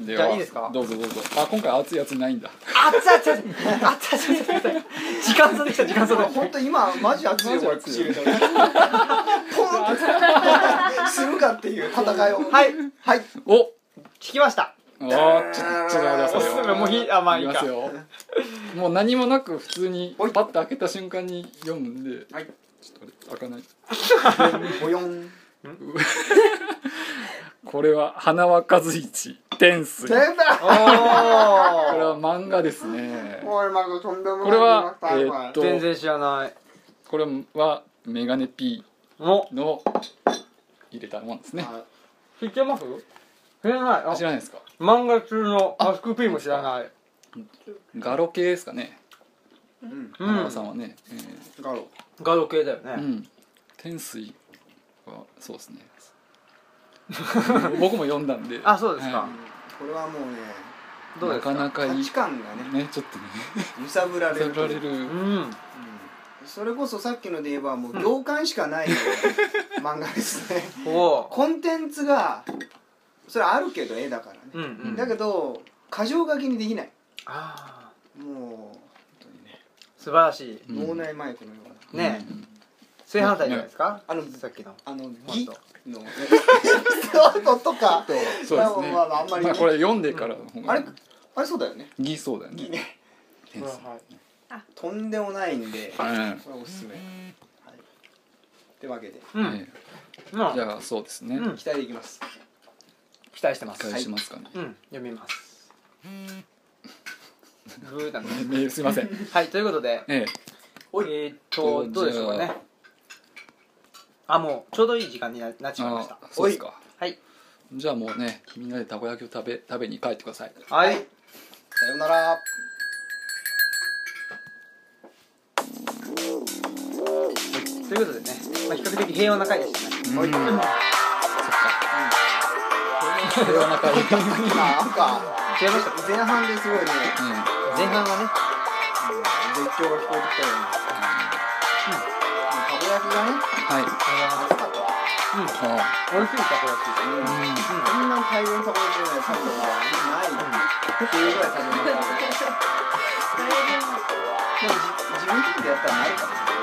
[SPEAKER 3] い、で
[SPEAKER 1] じゃあいいですか
[SPEAKER 3] どうぞどうぞあ今回熱いやつないんだ
[SPEAKER 1] 熱々熱々熱々熱々時間差できた時間差 [laughs] で
[SPEAKER 2] 本当今マジ熱いよこれ
[SPEAKER 3] マジ熱いよ
[SPEAKER 2] 口入れたらポンってするかっていう戦いを
[SPEAKER 1] はい
[SPEAKER 2] はい
[SPEAKER 3] お
[SPEAKER 1] 聞きました
[SPEAKER 3] あーちょっとちょっと待ってくださいよ
[SPEAKER 1] もうひあまあいい
[SPEAKER 3] きま
[SPEAKER 1] か
[SPEAKER 3] すよもう何もなく普通にパ
[SPEAKER 2] はい
[SPEAKER 3] ッと開けた瞬間に読むんで
[SPEAKER 2] はい
[SPEAKER 3] ちょっと待って開かない
[SPEAKER 2] ボヨン
[SPEAKER 3] これは花輪和一天水これ
[SPEAKER 2] 全部
[SPEAKER 1] [laughs] おー
[SPEAKER 3] は漫画ですね
[SPEAKER 2] おいまずとんでもない
[SPEAKER 3] これはえ
[SPEAKER 2] はい
[SPEAKER 3] ーっと
[SPEAKER 1] 全然知らない
[SPEAKER 3] これはメガネ P
[SPEAKER 1] お
[SPEAKER 3] の入れたもんですね
[SPEAKER 2] は
[SPEAKER 1] 知ってます知らないあ
[SPEAKER 3] 知らないですか
[SPEAKER 1] 漫画中のマスク P も知らない
[SPEAKER 3] ガロ系ですかね
[SPEAKER 2] いうん
[SPEAKER 1] う
[SPEAKER 3] 花
[SPEAKER 1] ん
[SPEAKER 3] 輪さんはねえ
[SPEAKER 2] ガロ
[SPEAKER 1] ガロ系だよ
[SPEAKER 3] ーう
[SPEAKER 1] ね
[SPEAKER 3] ん天水はそうですね [laughs] 僕も読んだんで
[SPEAKER 1] あそうですか
[SPEAKER 3] は
[SPEAKER 2] これはもうね
[SPEAKER 3] い
[SPEAKER 1] どうで
[SPEAKER 3] な
[SPEAKER 1] すか
[SPEAKER 3] かなか
[SPEAKER 2] 価
[SPEAKER 3] いい
[SPEAKER 2] 値観がね
[SPEAKER 3] ねちょっとね
[SPEAKER 2] 揺さぶられる
[SPEAKER 3] 食べられる、
[SPEAKER 1] うん
[SPEAKER 2] うんそれこそさっきので言えばもう行間しかない漫画です
[SPEAKER 3] [laughs]
[SPEAKER 2] ね
[SPEAKER 1] おー
[SPEAKER 2] コンテンツがそれあるけど絵だからね、
[SPEAKER 1] うんうん
[SPEAKER 2] だけど箇条書きにできない
[SPEAKER 1] あー
[SPEAKER 2] もう本当にね
[SPEAKER 1] 素晴らし
[SPEAKER 3] うん
[SPEAKER 2] 脳内マイクのような、
[SPEAKER 1] いね正反対じゃないですか
[SPEAKER 2] あの
[SPEAKER 1] さっきの
[SPEAKER 2] あの「
[SPEAKER 1] 本
[SPEAKER 2] ぎ」
[SPEAKER 1] 当
[SPEAKER 2] のねエピソードと [laughs] か
[SPEAKER 3] そうですね、
[SPEAKER 2] まあまあまああんまり
[SPEAKER 3] まあこれ読んでからの方
[SPEAKER 2] あ
[SPEAKER 3] が
[SPEAKER 2] れあれそうだよね
[SPEAKER 3] 偽そうだよ
[SPEAKER 2] ぎ
[SPEAKER 3] ね
[SPEAKER 2] ね
[SPEAKER 3] 天才
[SPEAKER 2] とんでもないんでこ
[SPEAKER 3] うん
[SPEAKER 2] れおすすめ、はい、ってわけで
[SPEAKER 1] うん
[SPEAKER 3] え
[SPEAKER 1] ま
[SPEAKER 3] えじ
[SPEAKER 1] あ
[SPEAKER 3] ゃあそうですね、
[SPEAKER 1] うん
[SPEAKER 2] 期待できます
[SPEAKER 1] 期待してま
[SPEAKER 3] お
[SPEAKER 1] す
[SPEAKER 3] 返しますかね、
[SPEAKER 1] うん読みますブーだね
[SPEAKER 3] ええすいま
[SPEAKER 1] [laughs]
[SPEAKER 3] せん
[SPEAKER 1] はいということで
[SPEAKER 3] ええ
[SPEAKER 1] えーっとどうでしょうか
[SPEAKER 3] じ
[SPEAKER 1] ね
[SPEAKER 3] ゃ
[SPEAKER 1] あもうちょうどいい時間にななってしまいました
[SPEAKER 3] あそうですか
[SPEAKER 1] はい
[SPEAKER 3] じゃあもうねみんなでたこ焼きを食べ食べに帰ってください
[SPEAKER 1] はい
[SPEAKER 2] さようなら
[SPEAKER 1] ということでね、まあ、比較的平穏な回でしたね、
[SPEAKER 2] はい
[SPEAKER 3] そっかうんこれはなかなかいい
[SPEAKER 2] まあなんか
[SPEAKER 1] 違いましたか
[SPEAKER 2] 前半ですごいね
[SPEAKER 1] 前半はね
[SPEAKER 2] 絶叫が聞こえてきたようなたこ焼きがね
[SPEAKER 3] はい
[SPEAKER 2] 熱かった
[SPEAKER 1] 美味
[SPEAKER 3] あ
[SPEAKER 1] しいたこ焼き
[SPEAKER 2] うん
[SPEAKER 3] うん
[SPEAKER 2] こんな大量にたこ焼きがね食べたことはないっていうぐらい食べましたでもじ自分自身でやったらなるかもしれない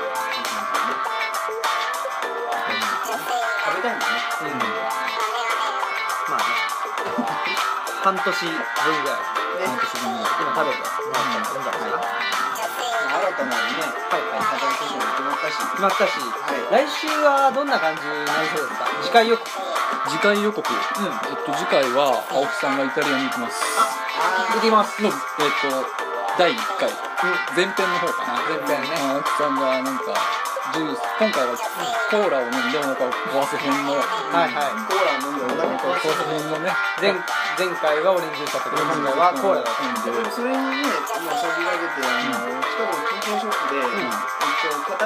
[SPEAKER 2] 食べたいもん
[SPEAKER 1] うん
[SPEAKER 2] ね
[SPEAKER 1] まあね半年分ぐらい今食べてもらったらいいんじゃな
[SPEAKER 2] ね
[SPEAKER 3] 半年分ぐらい
[SPEAKER 1] いかな
[SPEAKER 2] 新
[SPEAKER 1] はい
[SPEAKER 2] たなるね
[SPEAKER 1] はい
[SPEAKER 2] たこ焼きも決まったし
[SPEAKER 1] 決まったし、来週はどんな感じになりそうですか次回予告
[SPEAKER 3] 次回予告、えっと、次回は青木さんがイタリアに行きます
[SPEAKER 1] 行
[SPEAKER 2] あ
[SPEAKER 1] きます
[SPEAKER 3] の、えっと、第1回前編の方かな
[SPEAKER 1] 前編ね
[SPEAKER 3] 青木さんがなんかジュース今回はコーラを飲んでお腹を壊す編の
[SPEAKER 1] はいはい
[SPEAKER 2] ーコーラ飲んでお腹壊す
[SPEAKER 3] お腹を壊す編のね
[SPEAKER 1] 前前回はオレンジジュースだったけど今回はコーラだった
[SPEAKER 3] た
[SPEAKER 2] でもそれにね、今将棋が出て、あの、近くの金券ショップで、えっと、片道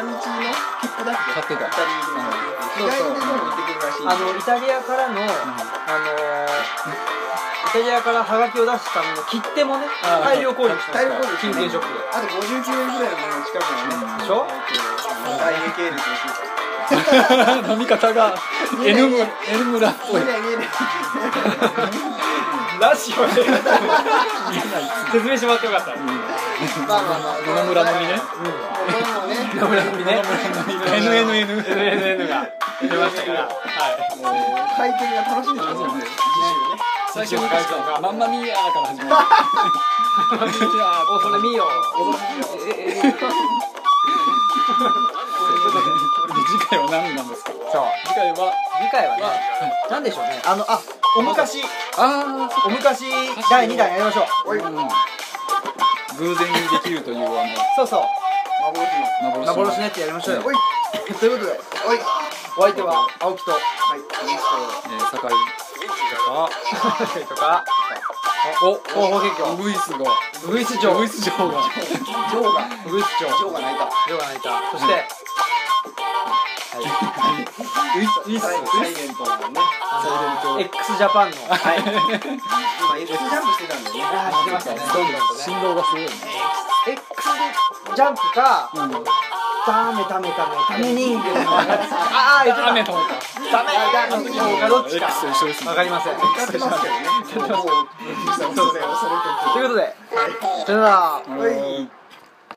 [SPEAKER 2] の
[SPEAKER 1] そうそうあの
[SPEAKER 2] 切符だっけイタリアに行くの日帰りでどうも行ってくるらしいんで
[SPEAKER 3] 買ってた
[SPEAKER 1] イタリアからの、あのーイタリアからハガキを出すための切手もね
[SPEAKER 3] あー
[SPEAKER 1] 大量購入しま
[SPEAKER 2] 大
[SPEAKER 1] し
[SPEAKER 2] 量購
[SPEAKER 1] た
[SPEAKER 2] 入
[SPEAKER 1] 金券ショップ
[SPEAKER 2] あと59円ぐらいのもの近くのね、
[SPEAKER 1] でしょ
[SPEAKER 2] えっと、ダイエー系列の人
[SPEAKER 3] [laughs] 飲み方が N 村 N 村っぽい
[SPEAKER 2] 見えない見えない。
[SPEAKER 1] ラジオで説明してもらってよかった、うん、
[SPEAKER 2] まあまあまあ、
[SPEAKER 3] 野々村飲みね
[SPEAKER 2] これもね、
[SPEAKER 1] 野村組ね
[SPEAKER 3] NNN
[SPEAKER 1] NNN が出ましたからはい
[SPEAKER 2] もう回転が楽しみですよね。
[SPEAKER 3] 最初の歌詞が「マンマミーヤー」から始まる
[SPEAKER 1] おそれ見よえええ
[SPEAKER 3] 次回は何なんですか
[SPEAKER 1] そう
[SPEAKER 3] 次回は
[SPEAKER 1] 次回はねなんでしょうねあのあお昔
[SPEAKER 3] あ
[SPEAKER 1] お昔第2弾やりましょう
[SPEAKER 2] おい、幻の
[SPEAKER 3] あ偶然にできるというあ
[SPEAKER 1] そうそう
[SPEAKER 3] の幻の
[SPEAKER 1] 幻のやつやりましょうよ
[SPEAKER 2] おい、
[SPEAKER 1] ということで
[SPEAKER 2] おい、
[SPEAKER 1] お相手は青木と
[SPEAKER 2] はい、この人
[SPEAKER 3] えー、酒井と
[SPEAKER 1] とか
[SPEAKER 3] かお
[SPEAKER 1] 広報劇
[SPEAKER 3] ウグイスが
[SPEAKER 1] ウグイス城
[SPEAKER 3] ウグイス城が
[SPEAKER 2] ジョーが、
[SPEAKER 1] ウグイス城
[SPEAKER 2] ジョーが泣いた。
[SPEAKER 1] 城が泣いたそして、
[SPEAKER 3] ウイス
[SPEAKER 2] サイサイレントのね、
[SPEAKER 1] はい、x ジャパンの
[SPEAKER 2] はい。今 F ジャンプしてたんだよね。
[SPEAKER 1] あー知ってましたねどんどんとね
[SPEAKER 3] 振動がすごいね
[SPEAKER 1] X ジャンプか
[SPEAKER 3] うん
[SPEAKER 1] ダメダメダメダメ人間のああ言ってた
[SPEAKER 3] 雨の音か
[SPEAKER 1] ダメダメ人間かどっちか
[SPEAKER 3] X と一緒ですね
[SPEAKER 1] わかりません
[SPEAKER 2] 歌ってますけどね。もう、もう、それそれ曲。
[SPEAKER 1] ということでさよなら
[SPEAKER 3] うん